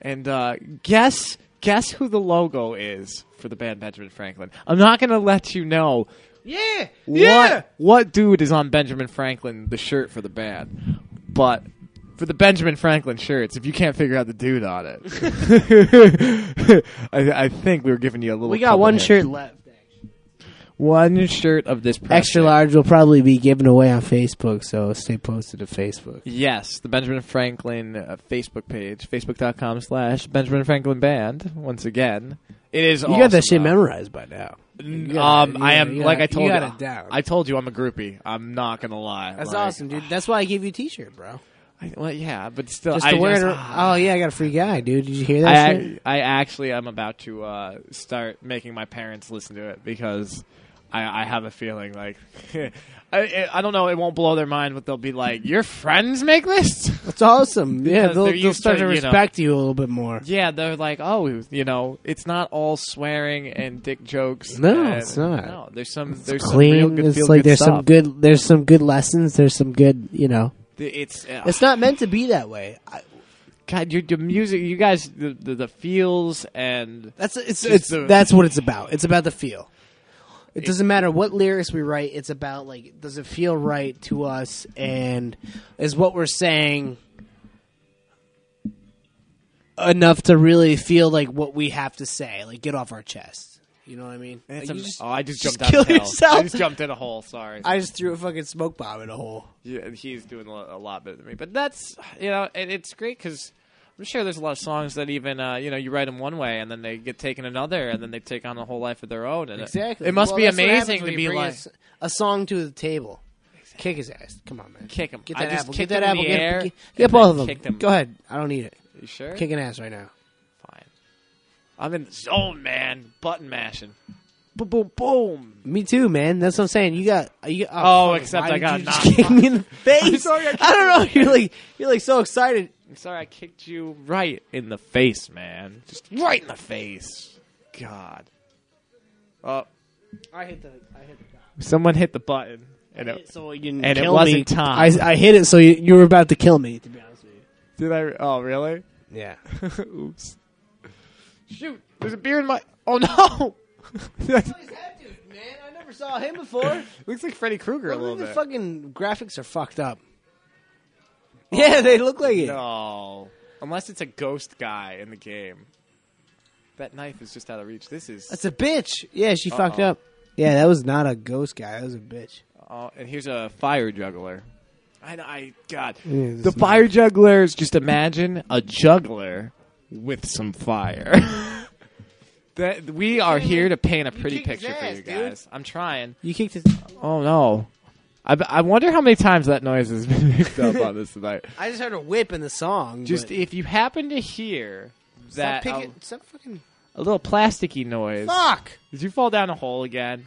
E: And uh, guess guess who the logo is for the band Benjamin Franklin? I'm not gonna let you know.
I: Yeah,
E: What what dude is on Benjamin Franklin the shirt for the band? But for the Benjamin Franklin shirts, if you can't figure out the dude on it, I, I think we were giving you a little.
F: we got
E: couple
F: one
E: hints.
F: shirt left.
E: one shirt of this project.
F: Extra large will probably be given away on Facebook, so stay posted to Facebook.
E: Yes, the Benjamin Franklin uh, Facebook page, facebook.com slash Benjamin Franklin Band. Once again, it is.
F: You got that shit memorized by now. You got
E: Um,
F: it.
E: I
F: You
E: am
F: got-
E: like I
F: you
E: told you.
F: got it down.
E: I told you I'm a groupie. I'm not gonna lie.
F: That's
E: Like,
F: awesome, dude. That's why I gave you a T-shirt, bro.
E: I- well, yeah, but still,
F: Just
E: I
F: to wear
E: just- ah,
F: it. ar- Oh yeah, I got a free guy, dude. Did you hear that? shit?
E: I, I actually am about to uh, start making my parents listen to it because I, I have a feeling like I, I don't know it won't blow their mind but they'll be like your friends make this
F: It's awesome. Yeah,
E: Because
F: they'll,
E: they're
F: they'll
E: used
F: start
E: to,
F: to
E: you know-
F: respect you, a little bit more.
E: yeah they're like oh you know it's not all swearing and dick jokes
F: No,
E: and-
F: it's not.
E: no there's some there's some real
F: Clean.
E: good
F: It's
E: feel
F: like
E: good
F: there's
E: stuff.
F: some good. There's some good lessons. There's some good. You know,
E: Th- it's, uh,
F: it's not meant to be that way. I,
E: God your the music you guys the the, the feels and
F: that's it's,
E: Just
F: it's
E: the-
F: that's what it's about. It's about the feel. It doesn't matter what lyrics we write. It's about like does it feel right to us, and is what we're saying enough to really feel like what we have to say, like get off our chest. You know what I mean?
E: it's
F: Like,
E: am-
F: you just-
E: oh I just,
F: just
E: jumped out
F: kill
E: of hell.
F: yourself.
E: I just jumped in a hole sorry
F: I just threw a fucking smoke bomb in a hole.
E: Yeah, he's doing a lo- a lot better than me. But that's you know, and it's great because I'm sure there's a lot of songs that even uh, you know you write them one way and then they get taken another and then they take on a whole life of their own. And it- It, must
F: Well,
E: be
F: that's what happens
E: amazing
F: when
E: to
F: you
E: be
F: bring a
E: like
F: s- a song to the table. Kick his ass! Come on, man.
E: Kick him.
F: Get
E: I
F: that
E: just
F: apple. Get
E: kicked him
F: that
E: in
F: apple.
E: the
F: Get,
E: air
F: get,
E: and
F: get both
E: then
F: of them.
E: kicked him.
F: Go ahead. I don't need it.
E: You sure?
F: Kicking ass right now.
E: Fine. I'm in the zone, man. Button mashing. Boom, boom, boom.
F: Me too, man. That's what I'm saying. You got. You,
E: Oh,
F: fuck,
E: except
F: why
E: I
F: did
E: got
F: you just
E: knocked
F: kick me in the face.
E: sorry, I
F: I don't know. You're like you're like so excited.
E: I'm sorry, I kicked you right in the face, man. Just right in the face. God. Oh,
I: I hit the. I hit the.
E: someone hit the button. And it,
I: So you didn't
E: and it
I: kill
E: wasn't
I: me.
E: Tom.
F: I, I hit it, so you, you were about to kill me.
I: To be honest with you.
E: Did I? Oh, really?
F: Yeah.
E: Oops. Shoot! There's a beer in my. Oh no!
I: that dude, man? I never saw him before.
E: Looks like Freddy Krueger a little
F: The
E: bit.
F: fucking graphics are fucked up. Yeah, they look like it.
E: No, unless it's a ghost guy in the game. That knife is just out of reach. This is.
F: That's a bitch. Yeah, she fucked
E: Uh-oh.
F: up. Yeah, that was not a ghost guy. That was a bitch.
E: Oh, and here's a fire juggler. I, I God,
F: Yeah,
E: the
F: this
E: fire jugglers. Just imagine a juggler with some fire. that we are here to paint a pretty
I: kicked his
E: picture for
I: ass,
E: you
I: dude.
E: guys. I'm trying.
F: You kicked his.
E: Oh no. I, I wonder how many times that noise has been picked up on this tonight.
J: I just heard a whip in the song.
E: Just
J: but
E: if you happen to hear
J: stop
E: that
J: picking.
E: a,
J: stop fucking.
E: a little plasticky noise,
J: Fuck.
E: did you fall down a hole again?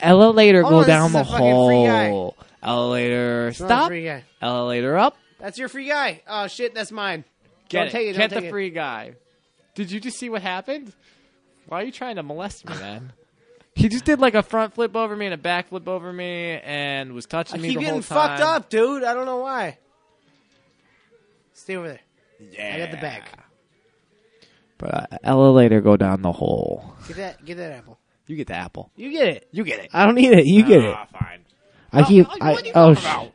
E: Elevator
J: Oh,
E: go
J: this
E: down
J: is
E: the
J: a fucking free guy.
E: hole. Elevator
J: not a
E: stop.
J: free guy.
E: Elevator up.
J: That's your free guy. Oh shit, that's mine.
E: Get
J: Don't
E: it.
J: take it, don't
E: Get
J: take
E: the
J: it.
E: free guy. Did you just see what happened? Why are you trying to molest me, man? he just did like a front flip over me and a back flip over me and was touching
J: I
E: me
J: keep
E: the
J: getting
E: whole time.
J: fucked up, dude. I don't know why. Stay over there.
E: Yeah.
J: I got the bag.
E: But uh, elevator go down the hole.
J: Get that. Get that apple.
E: You get the apple.
J: You get it.
E: You get it.
F: I don't need it. You get it.
E: Ah, fine.
F: I keep. I,
E: what are you
F: oh,
E: talking
F: sh-
E: about?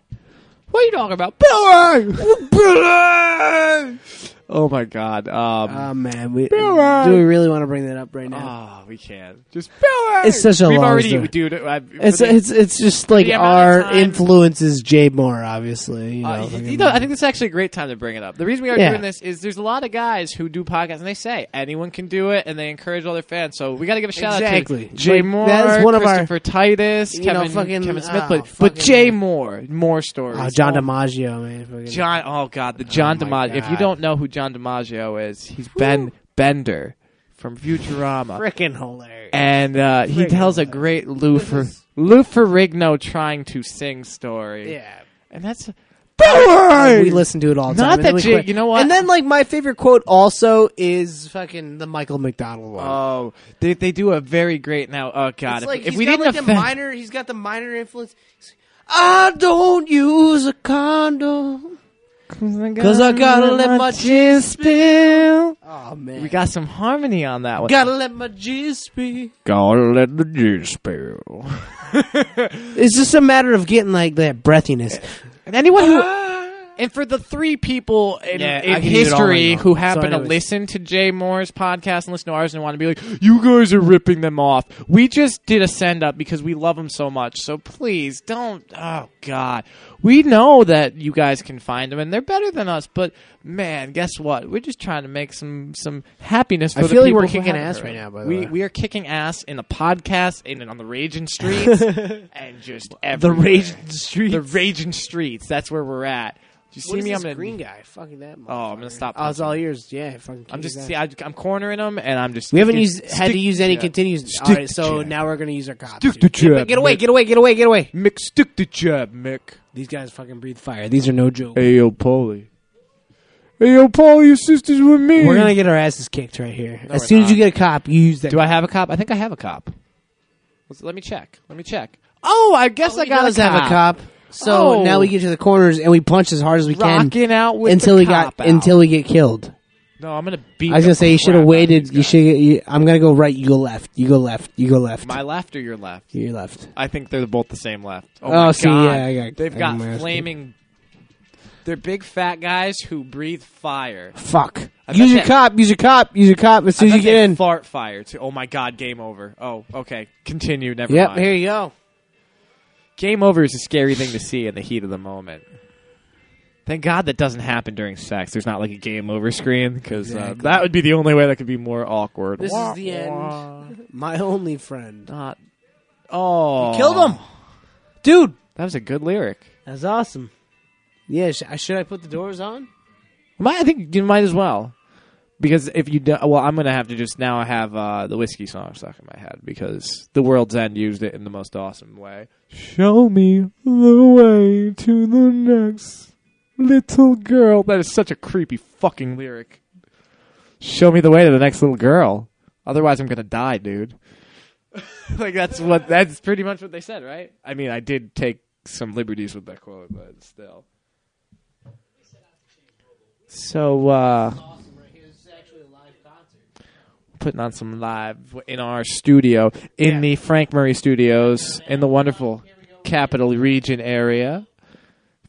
E: What are you talking about? Billy! Billy! Oh my god. Um,
F: oh man, we,
E: right.
F: do we really want to bring that up right now?
E: oh, we can't. Just Billy!
F: It's such a
E: We've
F: long
E: already,
F: story.
E: dude. I've, for
F: it's
E: the-
F: it's it's just like
E: the amount of
F: our
E: time-
F: influence is Jay Moore, obviously. You know,
E: Uh,
F: fucking-
E: you know, I think this is actually a great time to bring it up. The reason we are
F: Yeah.
E: doing this is there's a lot of guys who do podcasts and they say anyone can do it and they encourage all their fans. So we got to give a shout
F: Exactly.
E: out to Jay
F: Like,
E: Moore,
F: that is one of our-
E: Christopher Titus,
F: You know,
E: Kevin,
F: fucking-
E: Kevin Smith,
F: oh,
E: but, but
F: fucking-
E: Jay Moore, more stories.
F: oh, John
E: Oh,
F: DiMaggio, man. fucking-
E: John, oh god, the John
F: my
E: DiMaggio. If you
F: God.
E: don't know who John DiMaggio is, he's Ben Bender from Futurama.
F: Frickin' hilarious.
E: And uh, he tells a great Lou, Fer- Lou Ferrigno trying to sing story.
J: Yeah.
E: And that's.
F: we listen to it all the
E: Not
F: time. and then
E: that
F: we
E: Jay-
F: quit.
E: you know what?
F: And then, like, my favorite quote also is fucking the Michael McDonald one.
E: Oh, they they do a very great now. Oh God,
J: It's
E: if,
J: like
E: if
J: he's
E: we
J: got
E: didn't
J: like the
E: offend,
J: minor. He's got the minor influence.
F: I don't use a condom because I gotta let my jizz spill. Oh man,
E: we got some harmony on that one.
F: gotta let my jizz spill.
E: Gotta let the juice spill.
F: It's just a matter of getting like that
E: E-
F: breathiness.
E: And anyone who, and for the three people in,
F: Yeah, I
E: in
F: can eat it all
E: history
F: right now.
E: who happen
F: So
E: to
F: anyways.
E: listen to Jay Moore's podcast and listen to ours and want to be like, you guys are ripping them off. We just did a send up because we love him so much. So please don't. Oh God, we know that you guys can find them and they're better than us. But man, guess what? We're just trying to make some some happiness. For
F: I
E: the
F: feel like
E: people who
F: we're kicking
E: haven't
F: ass
E: heard.
F: right now, by the
E: we
F: way.
E: we are kicking ass in the podcast and on the raging streets and just everywhere.
F: raging streets.
E: The raging streets. That's where we're at. Do you see
J: What is
E: me?
J: this
E: I'm gonna,
J: green guy? Fucking that.
E: Oh, I'm gonna stop.
F: Oh, it's
E: punching.
F: all yours. Yeah, fucking.
E: I'm just.
F: keep
E: See,
F: that.
E: I, I'm cornering them, and I'm just.
F: we haven't
E: sticking-
F: used had to
E: stick-
F: use any
E: yeah.
F: continues.
E: Stick
F: All right,
E: to
F: so
E: jab.
F: now we're gonna use our cops.
E: Stick to jab,
F: Get away!
E: Mick.
F: Get away! Get away! Get away!
E: Mick, stick the jab, Mick.
F: These guys fucking breathe fire. These are no joke.
E: yo, Polly. Hey, yo, Polly, your sister's with me.
F: We're gonna get our asses kicked right here.
E: we're
F: as soon
E: not.
F: as you get a cop, you use that.
E: Do I have a cop? I think I have a cop. Let's- let me check. Let me check. Oh, I guess I
F: He
E: got
F: does have a cop. So
E: Oh.
F: now we get to the corners and we punch as hard as we can
E: Rocking out with
F: until
E: the
F: we got
E: cop out.
F: until we get killed.
E: No, I'm gonna beat.
F: I was
E: the
F: gonna say you
E: crap
F: should
E: out
F: have
E: of
F: waited.
E: these
F: You
E: guys.
F: should. You, I'm gonna go right. You go left. You go left. You go left.
E: My left or your left?
F: You're left.
E: I think they're both the same left. Oh,
F: Oh,
E: my
F: see,
E: God.
F: yeah, I got-
E: They've
F: I
E: got
F: got my ass
E: flaming. They're big fat guys who breathe fire.
F: Fuck.
E: I bet
F: Use your
E: that-
F: cop. Use your cop. Use your cop. As soon as
E: I
F: you
E: bet
F: get
E: they
F: in.
E: fart fire too. Oh my god, game over. Oh, okay, continue. Never
F: Yep.
E: mind.
F: Here you go.
E: Game over is a scary thing to see in the heat of the moment. Thank God that doesn't happen during sex. There's not like a game over screen because uh, that would be the only way that could be more awkward.
J: This
E: Wah,
J: is the
E: wah.
J: end.
F: My only friend.
E: Not. Oh,
F: Killed him, dude.
E: That was a good lyric.
F: That's awesome.
J: Yeah. Sh- I- should I put the doors on?
E: Might, I think you might as well. Because if you do, well, I'm gonna have to just now have uh, the whiskey song stuck in my head because the world's end used it in the most awesome way. Show me the way to the next little girl. That is such a creepy fucking lyric. Show me the way to the next little girl. Otherwise, I'm gonna die, dude. like that's what that's pretty much what they said, right? I mean, I did take some liberties with that quote, but still. So, uh, putting on some live in our studio, in the Frank Murray Studios, in the wonderful Capital Region area.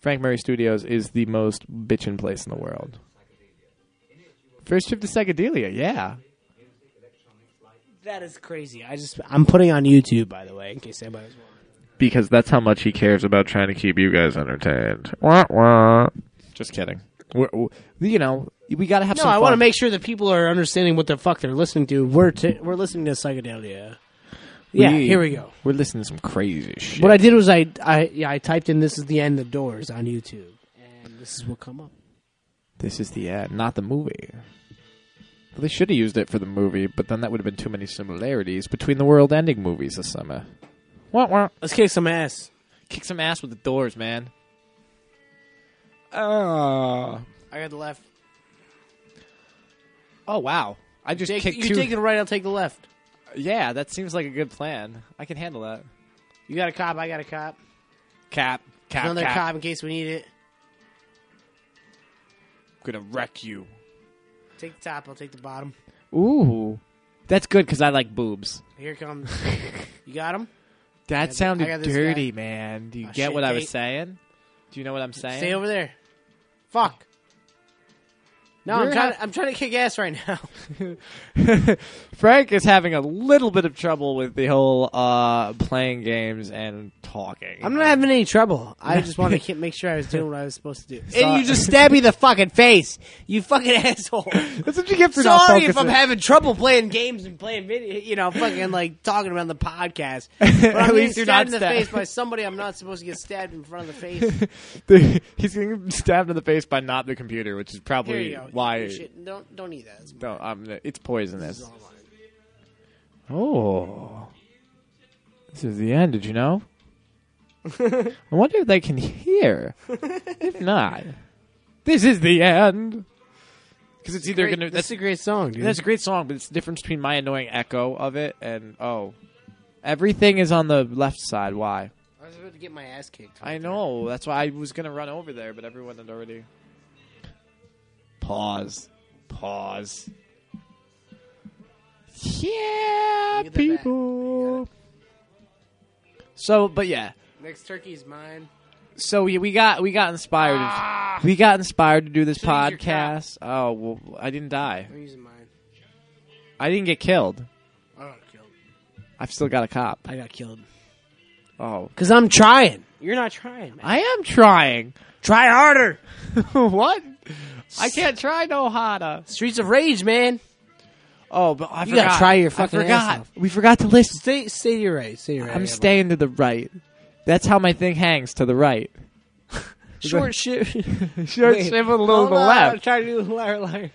E: Frank Murray Studios is the most bitchin' place in the world. First trip to psychedelia, yeah.
F: That is crazy. I just. I'm putting on YouTube, by the way, in case anybody's wondering.
E: Because that's how much he cares about trying to keep you guys entertained. Wah, wah. Just kidding. We're, we- you know, we gotta have
F: No,
E: some
F: I want to
E: fun.
F: make sure that people are understanding what the fuck they're listening to. We're t- we're listening to psychedelia. Yeah, here we go.
E: We're listening to some crazy shit.
F: What I did was I I yeah, I typed in "This is the end of the Doors" on YouTube, and this is what come up.
E: this is the ad, not the movie. Well, they should have used it for the movie, but then that would have been too many similarities between the world-ending movies this summer. Wah, wah.
F: Let's kick some ass.
E: Kick some ass with the doors, man. Oh.
F: I got the left.
E: Oh wow. I just
F: Take,
E: kicked
F: you
E: two.
F: take the right, I'll take the left.
E: yeah, that seems like a good plan. I can handle that.
F: You got a cop, I got a cop.
E: Cap, cap,
F: Another
E: cap.
F: cop in case we need it.
E: Gonna wreck you.
F: Take the top, I'll take the bottom.
E: Ooh, that's good because I like boobs.
F: Here it comes. you got him?
E: That
F: th- I got
E: sounded
F: this
E: dirty, man. Do you
F: Oh,
E: get
F: shit,
E: what I was
F: Kate.
E: saying? Do you know what I'm saying?
F: Stay over there. Fuck. No, I'm
E: You're
F: trying.
E: not-
F: I'm trying to kick ass right now.
E: Frank is having a little bit of trouble with the whole uh, playing games and talking.
F: I'm not having any trouble. I just wanted to ki- make sure I was doing what I was supposed to do.
E: Sorry.
F: And you just stabbed me in the fucking face, you fucking asshole.
E: That's what you get for not
F: Sorry
E: focusing.
F: if I'm having trouble playing games and playing video, you know, fucking like talking about the podcast. But I'm
E: At
F: getting
E: least you're not
F: stabbed in the
E: stabbed.
F: face by somebody I'm not supposed to get stabbed in front of the face.
E: The- He's getting stabbed in the face by not the computer, which is
F: Here
E: probably
F: you go.
E: why.
F: You should- don't don't eat that. It's
E: No, I'm, it's poisonous. Oh, this is the end. Did you know? I wonder if they can hear. If not, this is the end. Because it's either
F: great-
E: gonna.
F: this
E: That's
F: is a great song, dude.
E: that's a great song, but it's the difference between my annoying echo of it and oh, everything is on the left side. Why?
F: I was about to get my ass kicked.
E: I know. That's why I was gonna run over there, but everyone had already. Pause. Pause. Yeah,
F: Look at the back.
E: people. So, but yeah.
F: Next turkey's mine.
E: So we, we got we got inspired. We got inspired to do this
F: Should've used your
E: podcast. Oh, well, I didn't die.
F: I'm using mine.
E: I didn't get killed.
F: I got killed.
E: I've still got a cop.
F: I got killed.
E: Oh,
F: Cause I'm trying. You're not trying, man.
E: I am trying.
F: Try harder.
E: what? I can't try no harder.
F: Streets of Rage, man.
E: Oh, but I
F: You
E: forgot.
F: gotta try your
E: I
F: fucking ass
E: forgot.
F: off.
E: We forgot to listen.
F: Stay, stay to your right. Stay to your right.
E: I'm staying to the right. That's how my thing hangs to the right.
F: Short shit.
E: Short shrivel, little to the left.
F: Try to do the liar, liar.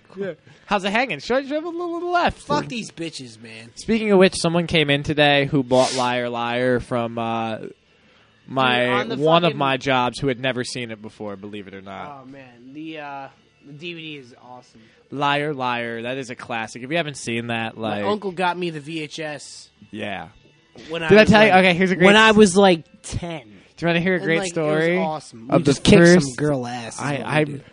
E: How's it hanging? Short shrivel, little to the left.
F: Fuck these bitches, man.
E: Speaking of which, someone came in today who bought Liar Liar from uh,
F: Dude,
E: my
F: on the
E: one of
F: fucking-
E: my jobs who had never seen it before. Believe it or not,
F: Oh man, the uh, the DVD is awesome.
E: Liar Liar. That is a classic. If you haven't seen that,
F: My
E: like,
F: uncle got me the VHS
E: yeah.
F: when I
E: Did I
F: was
E: tell you?
F: like-
E: Okay, here's a great.
F: when I
E: s-
F: was like ten.
E: do you want to hear a
F: And,
E: great
F: like,
E: story?
F: It was awesome.
E: of
F: we
E: the
F: just kicked some
E: first-
F: girl ass. is
E: I,
F: what we
E: I,
F: did.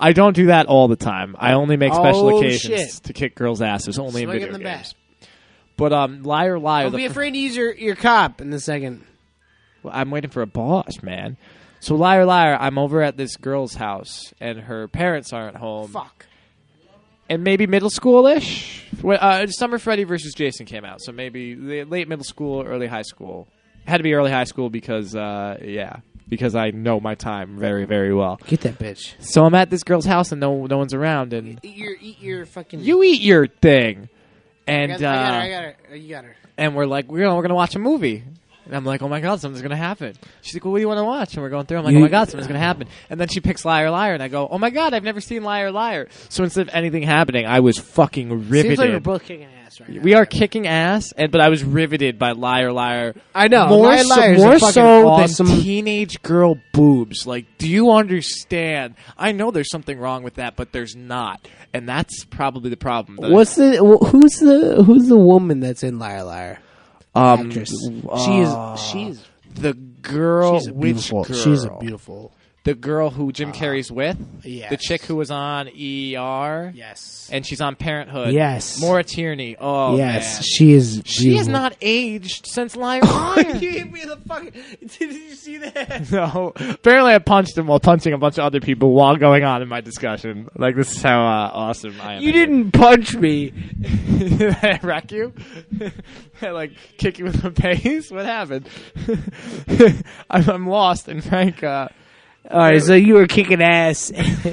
E: I don't do that all the time. I only make special
F: Oh,
E: occasions
F: shit.
E: to kick girls' asses, only
F: Swing
E: in video
F: in the back.
E: games. But um, liar, liar.
F: Don't
E: the
F: be
E: fir-
F: afraid to use your, your cop in the second.
E: Well, I'm waiting for a boss, man. So liar, liar. I'm over at this girl's house, and her parents aren't home.
F: Fuck.
E: And maybe middle schoolish. When, uh, Summer Freddy versus Jason came out, so maybe la- late middle school, early high school. Had to be early high school because, uh, yeah, because I know my time very, very well.
F: Get that bitch.
E: So I'm at this girl's house, and no, no one's around, and
F: Eat your eat your fucking.
E: you eat your thing. And
F: I got,
E: uh,
F: I got her. I got her. Uh, You got her.
E: and we're like, we're gonna, we're gonna watch a movie. And I'm like, oh my god, something's gonna happen. She's like, well, what do you want to watch? And we're going through. I'm like, oh my god, something's gonna happen. And then she picks Liar Liar, and I go, oh my god, I've never seen Liar Liar. So instead of anything happening, I was fucking riveted.
F: Seems like we're both kicking ass right now.
E: we are kicking ass, and but I was riveted by Liar Liar.
F: I know.
E: more
F: Liar
E: so,
F: Liar is a
E: more
F: fucking
E: so than
F: awesome-
E: teenage girl boobs. Like, do you understand? I know there's something wrong with that, but there's not, and that's probably the problem. that I
F: What's the wh- who's the who's the woman that's in Liar Liar?
E: um,
F: Actress. she is she is
E: the girl,
F: she's a
E: which
F: beautiful
E: girl?
F: she's a beautiful
E: the girl who Jim Carrey's with,
F: yes.
E: the chick who was on ER,
F: yes
E: and she's on Parenthood,
F: Yes.
E: Maura Tierney. Oh,
F: yes
E: man.
F: she is
E: she has not aged since Liar Liar.
F: gave me the fucking did you see that
E: No, apparently I punched him while punching a bunch of other people while going on in my discussion. Like this is how uh, awesome I am.
F: you didn't punch me
E: Did I wreck you? I like kick you in the face? What happened? I'm, I'm lost, and Frank. Uh,
F: all right so you were kicking ass
E: Uh-oh,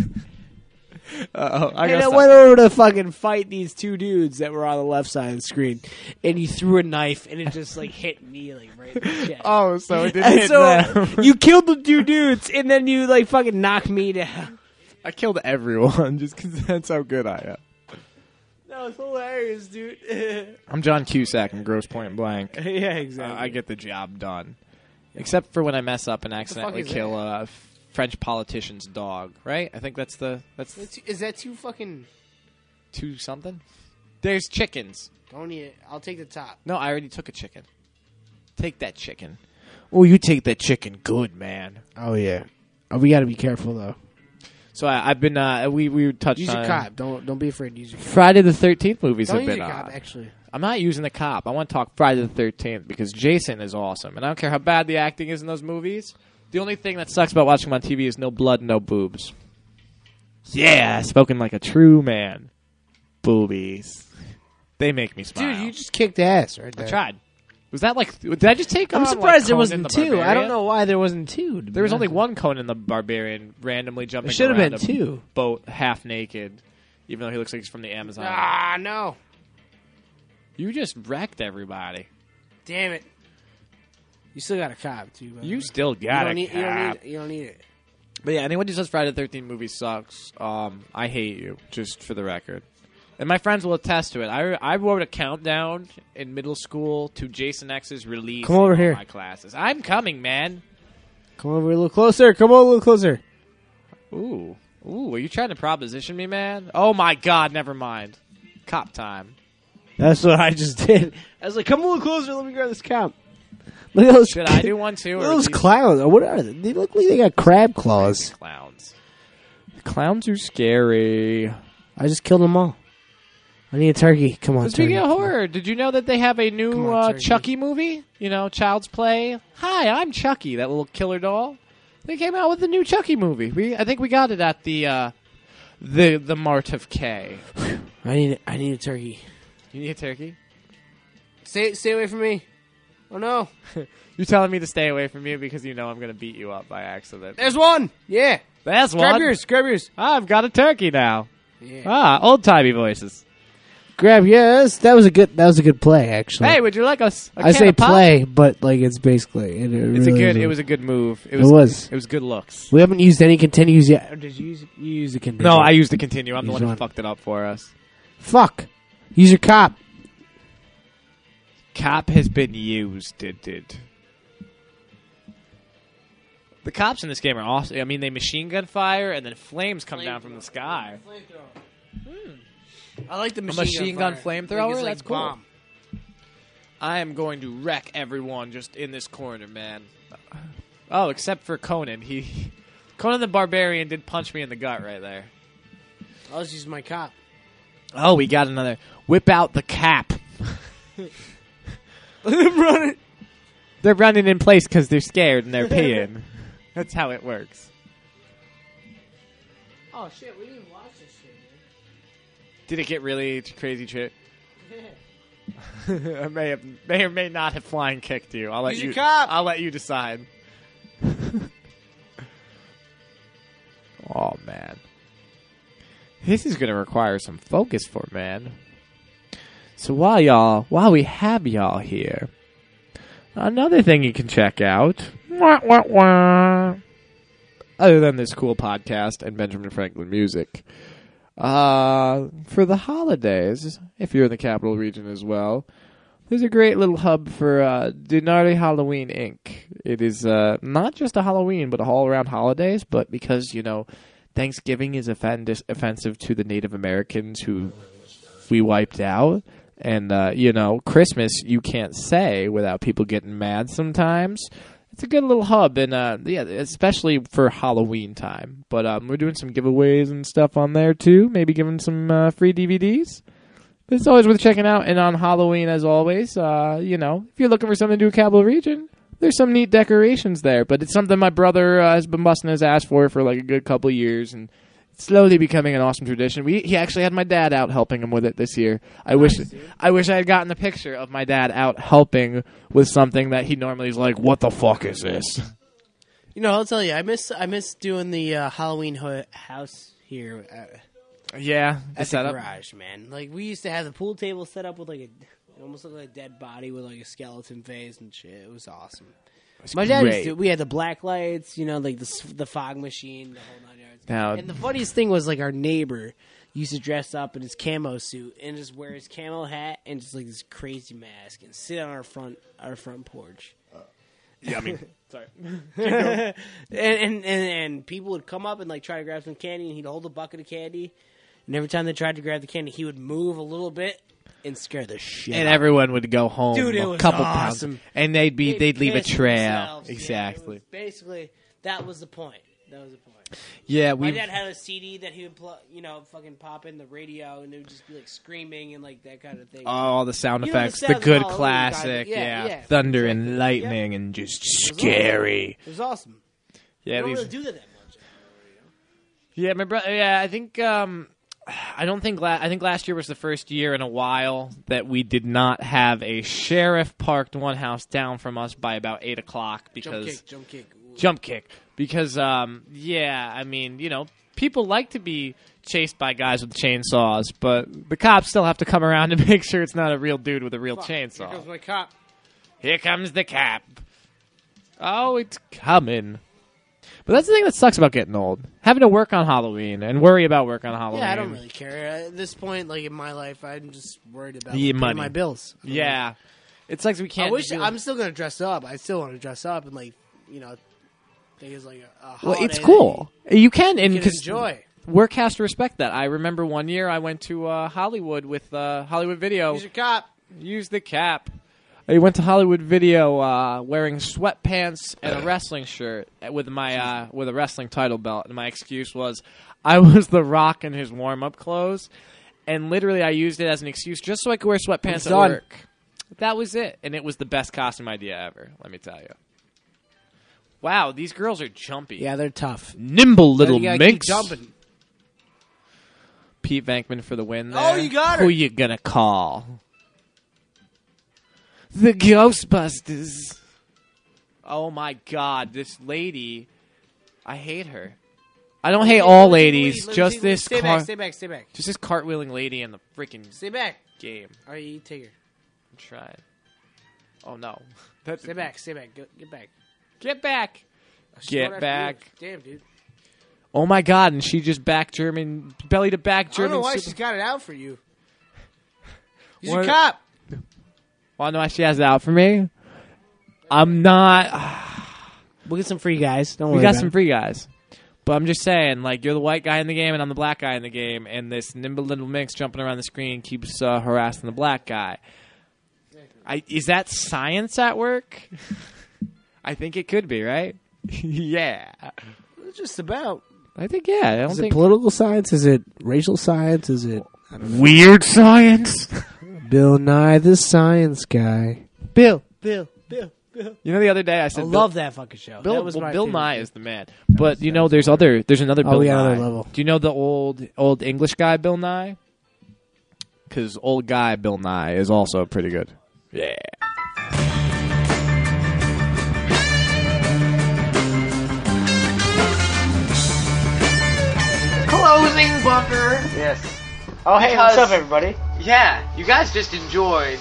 E: Uh, I
H: And
E: gotta
H: I
E: stop.
H: went over to fucking fight these two dudes that were on the left side of the screen, and he threw a knife, and it just like hit me like right in the chest.
E: Oh, so it didn't
H: And
E: hit
H: so
E: them.
H: you killed the two dudes, and then you like fucking knocked me down.
E: I killed everyone just because that's how good I am.
H: That was hilarious, dude. yeah,
E: I'm John Cusack in Gross Point Blank. Uh,
H: exactly.
E: I get the job done. Except for when I mess up and accidentally
H: is
E: kill a f- French politician's dog, right? I think that's the that's
F: Is that too fucking?
E: two something. There's chickens.
F: Don't eat it. I'll take the top.
E: No, I already took a chicken. Take that chicken. Oh, you take that chicken, good man.
F: Oh yeah. Oh, we got to be careful though.
E: So I, I've been uh, we we touched
F: Use
E: on
F: your cop. Don't don't be afraid. to Use your. Cop.
E: Friday the Thirteenth movies
F: Don't
E: have
F: use
E: been
F: your
E: on.
F: cop. Actually,
E: I'm not using the cop. I want to talk Friday the Thirteenth because Jason is awesome, and I don't care how bad the acting is in those movies. The only thing that sucks about watching them on TV is no blood, no boobs. Yeah, spoken like a true man. Boobies, they make me smile.
F: dude, you just kicked ass right there.
E: I tried. Was that like? Did I just take?
H: I'm
E: on,
H: surprised there
E: like,
H: wasn't
E: Conan the
H: two. I
E: Barbarian?
H: don't know why there wasn't two.
E: There was only one Conan the Barbarian randomly jumping.
H: There should have
E: around
H: been
E: a
H: two.
E: Boat half naked, even though he looks like he's from the Amazon.
F: Ah no!
E: You just wrecked everybody.
F: Damn it!
H: You still got a cop too. by the
E: You
H: way.
E: still
F: You
E: got
F: don't,
E: it.
F: need, you, don't need, you don't need it.
E: But yeah, anyone who says Friday the Thirteenth movie sucks, um, I hate you. Just for the record, and my friends will attest to it. I I wrote a countdown in middle school to Jason X's release.
H: Come over
E: in all
H: here.
E: my classes. I'm coming, man.
H: Come over a little closer. Come over a little closer.
E: Ooh, ooh, are you trying to proposition me, man? Oh my God, never mind. Cop time.
H: That's what I just did. I was like, come a little closer. Let me grab this cop. Look at those.
E: Should I do one too?
H: Look
E: Or
H: at those
E: these
H: clowns. Or what are they? They look like they got crab claws.
E: clowns? Clowns are scary.
H: I just killed them all. I need a turkey. Come on, turkey.
E: Speaking of horror, did you know that they have a new
H: on,
E: uh,
H: Turkey.
E: Chucky movie? You know, Child's Play. Hi, I'm Chucky, that little killer doll. They came out with a new Chucky movie. We, I think we got it at the uh, the the Mart of K.
H: I need. I need a turkey.
E: You need a turkey?
F: Stay stay away from me. Oh no!
E: You're telling me to stay away from you because you know I'm going to beat you up by accident.
F: There's one. Yeah.
E: That's
F: Grab
E: one.
F: yours. Grab yours.
E: I've got a turkey now.
F: Yeah.
E: Ah, old timey voices.
H: Grab. Yes, that was a good. That was a good play, actually.
E: Hey, would you like us? I
H: I say play, but like it's basically. It, it
E: It's a
H: really
E: good.
H: is
E: It was a good move. It
H: It
E: was.
H: was.
E: It was good looks.
H: We haven't used any continues yet. Or Oh, did you use? You use a continue?
E: No, I used to continue. I'm the
H: He's
E: one who
H: on.
E: fucked it up for us.
H: Fuck. Use your cop.
E: Cop has been used. Did did. The cops in this game are awesome. I mean, they machine gun fire and then flames come down from the sky.
F: I like the machine,
E: machine gun
F: fire.
E: flamethrower?
F: Like it's like
E: That's cool.
F: bomb.
E: I am going to wreck everyone just in this corner, man. Oh, except for Conan. He Conan the Barbarian did punch me in the gut right there.
F: I'll just use my cop.
E: Oh, we got another. Whip out the cap.
F: Run
E: They're running in place because they're scared and they're peeing. That's how it works.
F: Oh shit! We didn't watch this shit.
E: Did it get really t- crazy, Chip? I may have, may or may not have flying kicked you. I'll let
F: He's a
E: you.
F: cop.
E: I'll let you decide. oh man, this is going to require some focus for man. So while y'all, while we have y'all here, another thing you can check out. Wah, wah, wah. Other than this cool podcast and Benjamin Franklin music uh, for the holidays, if you're in the capital region as well, there's a great little hub for uh, Denardi Halloween Inc. It is uh, not just a Halloween, but all around holidays, but because, you know, Thanksgiving is offend- offensive to the Native Americans who we wiped out. And, uh, you know, Christmas, you can't say without people getting mad sometimes. It's a good little hub, and uh, yeah, especially for Halloween time. But um, we're doing some giveaways and stuff on there too. Maybe giving some uh, free DVDs. But it's always worth checking out. And on Halloween, as always, uh, you know, if you're looking for something to do in Capital Region, there's some neat decorations there. But it's something my brother uh, has been busting his ass for for like a good couple years, and it's slowly becoming an awesome tradition. We he actually had my dad out helping him with it this year. Oh, I wish I wish I had gotten a picture of my dad out helping with something that he normally is like, "What the fuck is this?"
F: You know, I'll tell you, I miss I miss doing the uh, Halloween ho- house here. Uh,
E: Yeah, the
F: at the
E: setup.
F: garage, man. Like we used to have the pool table set up with like a, it almost looked like a dead body with like a skeleton face and shit. It was awesome. My dad used
E: great.
F: to. We had the black lights, you know, like the s- the fog machine, the whole nine yards.
E: Now-
F: and the funniest thing was like our neighbor used to dress up in his camo suit and just wear his camo hat and just like this crazy mask and sit on our front our front porch.
E: Uh,
F: Yummy. Sorry. and, and and and people would come up and like try to grab some candy and he'd hold a bucket of candy. And every time they tried to grab the candy, he would move a little bit and scare the shit.
E: And
F: out of
E: everyone would go home.
F: Dude, it
E: a
F: was
E: couple
F: awesome.
E: pounds, and they'd be
F: them.
E: they'd leave a
F: Pissed
E: trail.
F: themselves. Yeah, it
E: Exactly.
F: was basically, that was the point. That was the point.
E: Yeah,
F: My
E: we.
F: dad had a CD that he would plug, you know, fucking pop in the radio, and it would just be like screaming and like that kind of thing.
E: all the sound
F: You know, the
E: effects, the,
F: sound
E: good
F: all over the
E: classic,
F: guy, but yeah,
E: yeah,
F: yeah,
E: thunder and lightning, and just scary.
F: it was awesome.
E: Yeah,
F: I don't
E: these-
F: really do that that much.
E: yeah, my brother. Yeah, I think. Um, I don't think. La- I think last year was the first year in a while that we did not have a sheriff parked one house down from us by about eight o'clock
F: Jump
E: because
F: kick, jump kick. Ooh.
E: jump kick because um yeah i mean you know people like to be chased by guys with chainsaws but the cops still have to come around and make sure it's not a real dude with a real chainsaw
F: Here comes my cop.
E: here comes the cap oh it's coming but that's the thing that sucks about getting old having to work on halloween and worry about work on halloween
F: Yeah, I don't really care at this point. Like in my life, I'm just worried about
E: Yeah,
F: paying
E: money.
F: my bills. I don't
E: yeah it sucks we
F: know.
E: can't
F: I wish
E: do-
F: I'm still gonna dress up. I still want to dress up and like, you know, think it's like a, a
E: well,
F: holiday
E: it's
F: that
E: cool you can
F: You
E: and
F: can
E: 'cause
F: enjoy.
E: work has to respect that i remember one year i went to uh, hollywood with uh, hollywood video
F: Here's your cop.
E: Use the cap. I went to Hollywood Video uh, wearing sweatpants and a wrestling shirt with my uh, with a wrestling title belt, and my excuse was I was the Rock in his warm up clothes, and literally I used it as an excuse just so I could wear sweatpants at
F: done.
E: work. That was it, and it was the best costume idea ever. Let me tell you. Wow, these girls are jumpy.
F: Yeah, they're tough.
E: nimble little
F: you gotta
E: minx.
F: keep jumping.
E: Pete Vankman for the win. There.
F: Oh, you got her.
E: Who you gonna call? The Ghostbusters. Oh my God, this lady. I hate her. I don't hate all
F: Lindsay,
E: ladies.
F: Lindsay,
E: just
F: Lindsay,
E: this
F: Stay
E: car-
F: back. Stay back. Stay back.
E: just this cartwheeling lady in the freaking
F: Stay back.
E: game.
F: All right, you take her.
E: I'm trying. Oh no. That's
F: Stay back. Stay back. Go, get back.
E: Get back.
F: She's
E: Get
F: going after
E: back.
F: you. Damn, dude.
E: Oh my God! And she just back German belly to back
F: I don't
E: German.
F: know why
E: super-
F: she's got it out for you. He's
E: What-
F: a cop.
E: Well, Oh, no, she has it out for me. I'm not.
F: We'll get some free guys. Don't
E: We got some free guys. But I'm just saying, like, you're the white guy in the game and I'm the black guy in the game, and this nimble little minx jumping around the screen keeps uh, harassing the black guy. I, is that science at work? I think it could be, right? yeah.
F: Just about.
E: I think, yeah. I don't
H: Is it
E: think.
H: political science? Is it racial science? Is it
E: Weird science?
H: Bill Nye the Science Guy?
E: Bill.
F: Bill. Bill. Bill.
E: You know, the other day I
F: I
E: said. Bill-
F: love that fucking show.
E: Bill,
F: that was
E: well,
F: my
E: Bill
F: favorite.
E: Nye is the man, but you know, there's other, there's another
H: Oh,
E: Bill
H: we
E: Nye.
H: got another level.
E: Do you know the old, old English guy Bill Nye? Because old guy Bill Nye is also pretty good. Yeah.
A: Closing bumper.
B: Yes. Oh, hey,
A: Because-
B: what's up, everybody?
A: Yeah, you guys just enjoyed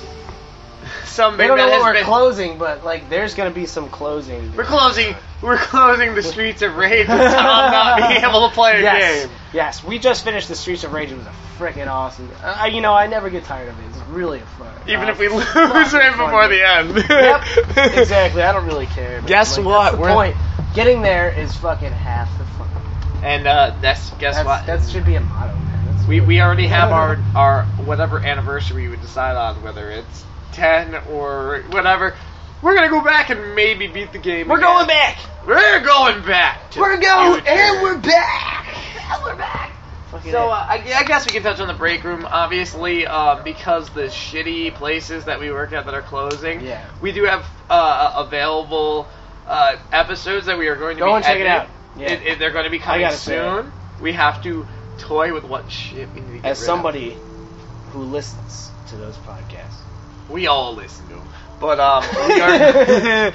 A: some.
B: We don't know
A: that
B: what
A: has
B: we're
A: been-
B: closing, but like, there's gonna be some closing.
A: We're closing. We're closing the streets of rage with Tom not being able to play a
B: Yes,
A: game.
B: yes. We just finished the Streets of Rage. It was a freaking awesome. I, you know, I never get tired of it. It's really fun.
A: Even
B: Uh,
A: if we lose
B: lots of
A: right
B: fun.
A: before the end.
B: Yep, exactly. I don't really care. but,
A: Guess
B: like,
A: what?
B: That's the
A: We're-
B: point. Getting there is fucking half the fun.
A: And uh, that's guess
B: That's,
A: what?
B: That should be a motto, man. That's
A: we we already have our our whatever anniversary we decide on, whether it's ten or whatever. We're gonna go back and maybe beat the game.
B: We're
A: again.
B: going back.
A: We're going back. to
B: We're
A: the
B: going,
A: future.
B: and we're back. And we're back. Fucking
A: So
B: A.
A: uh, I, I guess we can touch on the break room, obviously, uh, because the shitty places that we work at that are closing.
B: Yeah.
A: We do have uh, available uh, episodes that we are going to
B: Go
A: be
B: and check it
A: editing.
B: out. Yeah.
A: It- it- they're going to be coming
B: gotta say
A: soon. We have to toy with what shit we need to get
B: as
A: rid
B: somebody who listens to those podcasts.
A: of. we all listen to them. But um, we are. there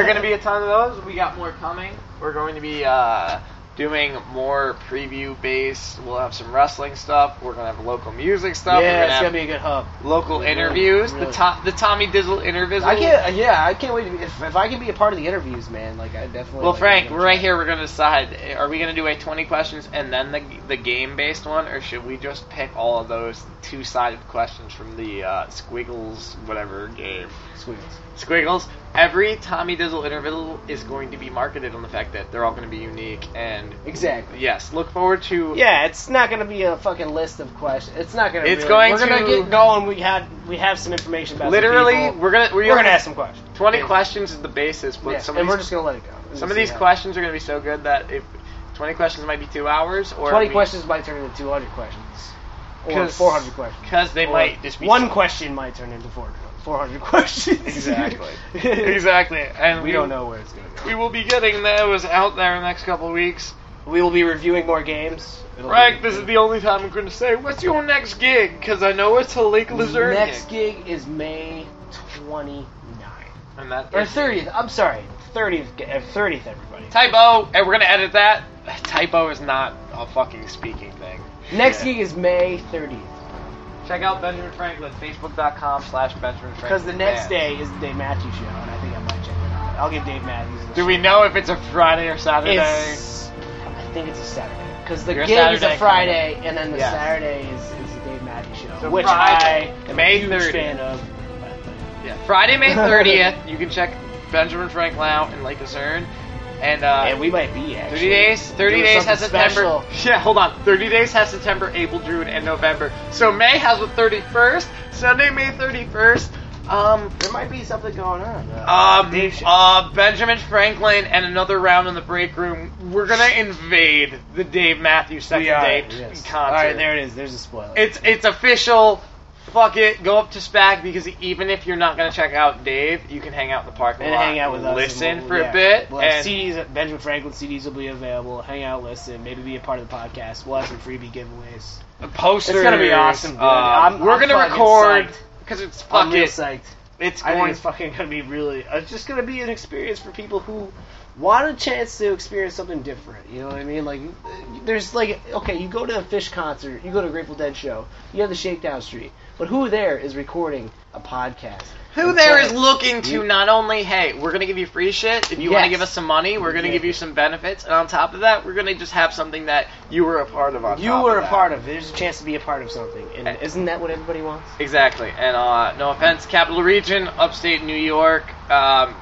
A: are going to be a ton of those. We got more coming. We're going to be uh, doing more preview based. We'll have some wrestling stuff. We're gonna have local music stuff. We're
B: yeah,
A: gonna
B: it's
A: have
B: gonna be a good hub.
A: local
B: Really,
A: interviews. The
B: really.
A: to- the Tommy Dizzle interviews.
B: I can't. uh, Yeah, I can't wait. To be, if, if I can be a part of the interviews, man, like I definitely.
A: Well,
B: like,
A: Frank,
B: I'm
A: we're right here. We're gonna decide: are we gonna do a twenty questions and then the the game based one, or should we just pick all of those two sided questions from the uh, Squiggles whatever game?
B: Squiggles.
A: Squiggles. Every Tommy Dizzle interview is going to be marketed on the fact that they're all going to be unique, and
B: Exactly.
A: yes, look forward to
B: Yeah, it's not going to be a fucking list of questions. It's not going to.
A: It's
B: be
A: going
B: we're gonna
A: to-
B: get going. We had we have some information about. some
A: literally.
B: people.
A: We're gonna we're,
B: we're, going to ask some questions.
A: twenty
B: Yeah.
A: questions is the basis, but
B: Yeah,
A: some
B: and
A: of
B: we're
A: these,
B: just going to let it go.
A: some of these questions are going to be so good that if twenty questions might be two hours or
B: Twenty
A: we-
B: questions might turn into two hundred questions, or
A: 'Cause-
B: four hundred questions.
A: 'cause they
B: Or
A: might just be
B: one
A: so-
B: question might turn into four hundred questions.
A: Exactly. exactly, and
B: we don't know where it's going to
A: We will be getting those out there in the next couple of weeks.
B: go. We will be reviewing more games. It'll
A: Frank,
B: be-
A: this is the only time I'm going to say, what's your next gig? Because I know it's a Lake Lizard.
B: Next gig is May 29th.
A: And that
B: Or
A: is
B: 30th. I'm sorry. 30th, g- uh, 30th, everybody.
A: Typo, and we're going to edit that. Typo is not a fucking speaking thing.
B: Next
A: Yeah.
B: gig is May 30th.
A: Check out Benjamin Franklin, facebook.com slash Benjamin Franklin.
B: Because the next
A: Band.
B: day is the Dave Matthews show, and I think I might check it out. I'll give Dave Matthews the
A: Do we know if it's a Friday or Saturday?
B: It's, I think it's a Saturday. Because the
A: Your
B: gig is
A: Saturday
B: a Friday, and then the
A: Yes.
B: Saturday is, is the Dave Matthews show.
A: So
B: which
A: Friday,
B: I am
A: May
B: a huge
A: 30th.
B: fan of.
A: Yeah, Friday, May 30th. you can check Benjamin Franklin out in Lake Lucerne. And, uh,
B: and we might be, actually.
A: 30 days. 30
B: doing
A: days has
B: something
A: September.
B: special.
A: Yeah, hold on. 30 days has September, April, June, and November. So May has the 31st. Sunday, May 31st. Um,
B: There might be something going on.
A: um,
B: Dave show.
A: uh, Benjamin Franklin and another round in the break room. We're gonna invade the Dave Matthews second day t-
B: Yes.
A: concert.
B: All right, there it is. There's a spoiler.
A: It's it's official. Fuck it, go up to SPAC because even if you're not gonna check out Dave, you can hang out in the parking
B: and
A: lot,
B: hang out with us.
A: listen
B: and we'll-
A: for
B: yeah.
A: a bit,
B: We'll
A: and
B: have CDs, Benjamin Franklin CDs will be available. Hang out, listen, maybe be a part of the podcast. We'll have some freebie giveaways.
A: posters.
B: It's gonna be awesome, dude.
A: Uh,
B: I'm-
A: we're
B: I'm
A: gonna
B: fucking
A: record
B: psyched.
A: because it's fuck
B: I'm real
A: it.
B: psyched.
A: It's
B: I think
A: going.
B: it's fucking gonna be really. uh, It's just gonna be an experience for people who want a chance to experience something different. You know what I mean? Like, there's like, okay, you go to a Fish concert, you go to a Grateful Dead show, you have the Shakedown Street, but who there is recording a podcast?
A: Who
B: And
A: there
B: play-
A: is looking to not only hey, we're gonna give you free shit if you want to
B: Yes.
A: give us some money, we're gonna
B: Yeah.
A: give you some benefits, and on top of that, we're gonna just have something that you were a part of. On
B: You
A: top
B: were
A: of
B: a
A: that.
B: part of. There's a chance to be a part of something, and
A: And-
B: isn't that what everybody wants?
A: Exactly, and uh, no offense, Capital Region, Upstate New York, um,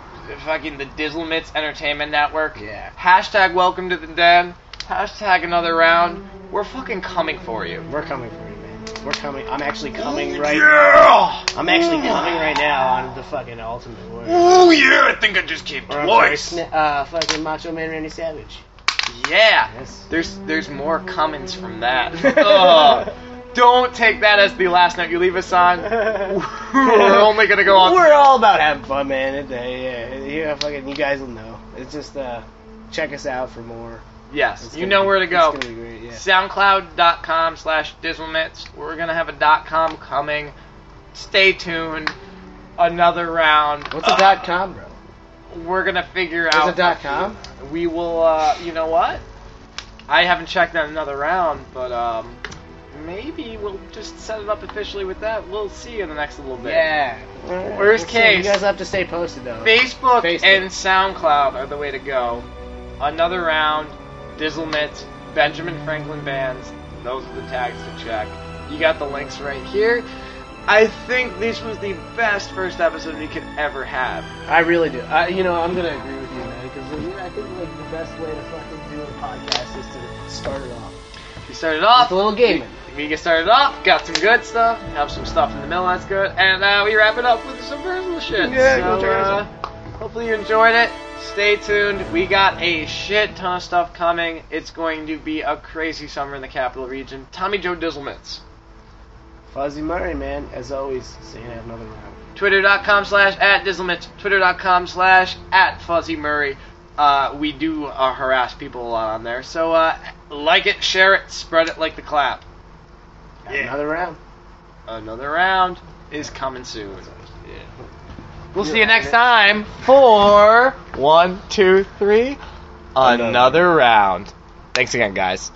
A: fucking the Dizzlemits Entertainment Network.
B: Yeah.
A: Hashtag Welcome to the Den. Hashtag Another Round. We're fucking coming for you.
B: We're coming for you, man. We're coming. I'm actually coming right.
A: Oh, Yeah.
B: I'm actually coming right now on the fucking Ultimate Warrior.
A: Oh yeah, I think I just came
B: Or I'm sorry, Sna- uh, fucking Macho Man Randy Savage.
A: Yeah.
B: Yes.
A: There's there's more comments from that. Ugh. Don't take that as the last note you leave us on. We're only gonna go on.
B: We're all about having fun, man. It, uh, yeah, yeah, fucking, you guys will know. It's just uh, check us out for more.
A: yes,
B: It's
A: you
B: gonna
A: know
B: be-
A: where to go.
B: It's gonna be great. Yeah.
A: soundcloud.com slash dismalmits we're gonna have a dot com coming stay tuned another round
B: What's a dot com, bro?
A: we're gonna figure
B: Is
A: out
B: a dot com?
A: we will uh you know what i haven't checked on another round but um maybe we'll just set it up officially with that we'll see you in the next little bit Worst
B: Let's see. You
A: case.
B: guys have to stay posted though.
A: facebook,
B: Facebook.
A: and soundcloud are the way to go another round dizzlemits benjamin franklin bands those are the tags to check you got the links right here i think this was the best first episode we could ever have
B: I really do. I, you know, I'm gonna agree with you, man, because I think like the best way to fucking do a podcast is to start it off
A: we started off
B: with a little gaming.
A: we get started off got some good stuff have some stuff in the middle that's good and uh, we wrap it up with some personal shit
B: Yeah,
A: so,
B: go check it
A: uh,
B: out.
A: hopefully you enjoyed it stay tuned we got a shit ton of stuff coming it's going to be a crazy summer in the capital region tommy joe dizzlements
B: Fuzzy Murray, man, as always, saying have another round.
A: Twitter.com slash at Dizzlemits. Twitter.com slash at Fuzzy Murray. Uh, we do uh, harass people a lot on there. So uh, like it, share it, spread it like the clap.
B: Have Another round.
A: Another round is coming soon. We'll see you next time for one, two, three. Another round. Thanks again, guys.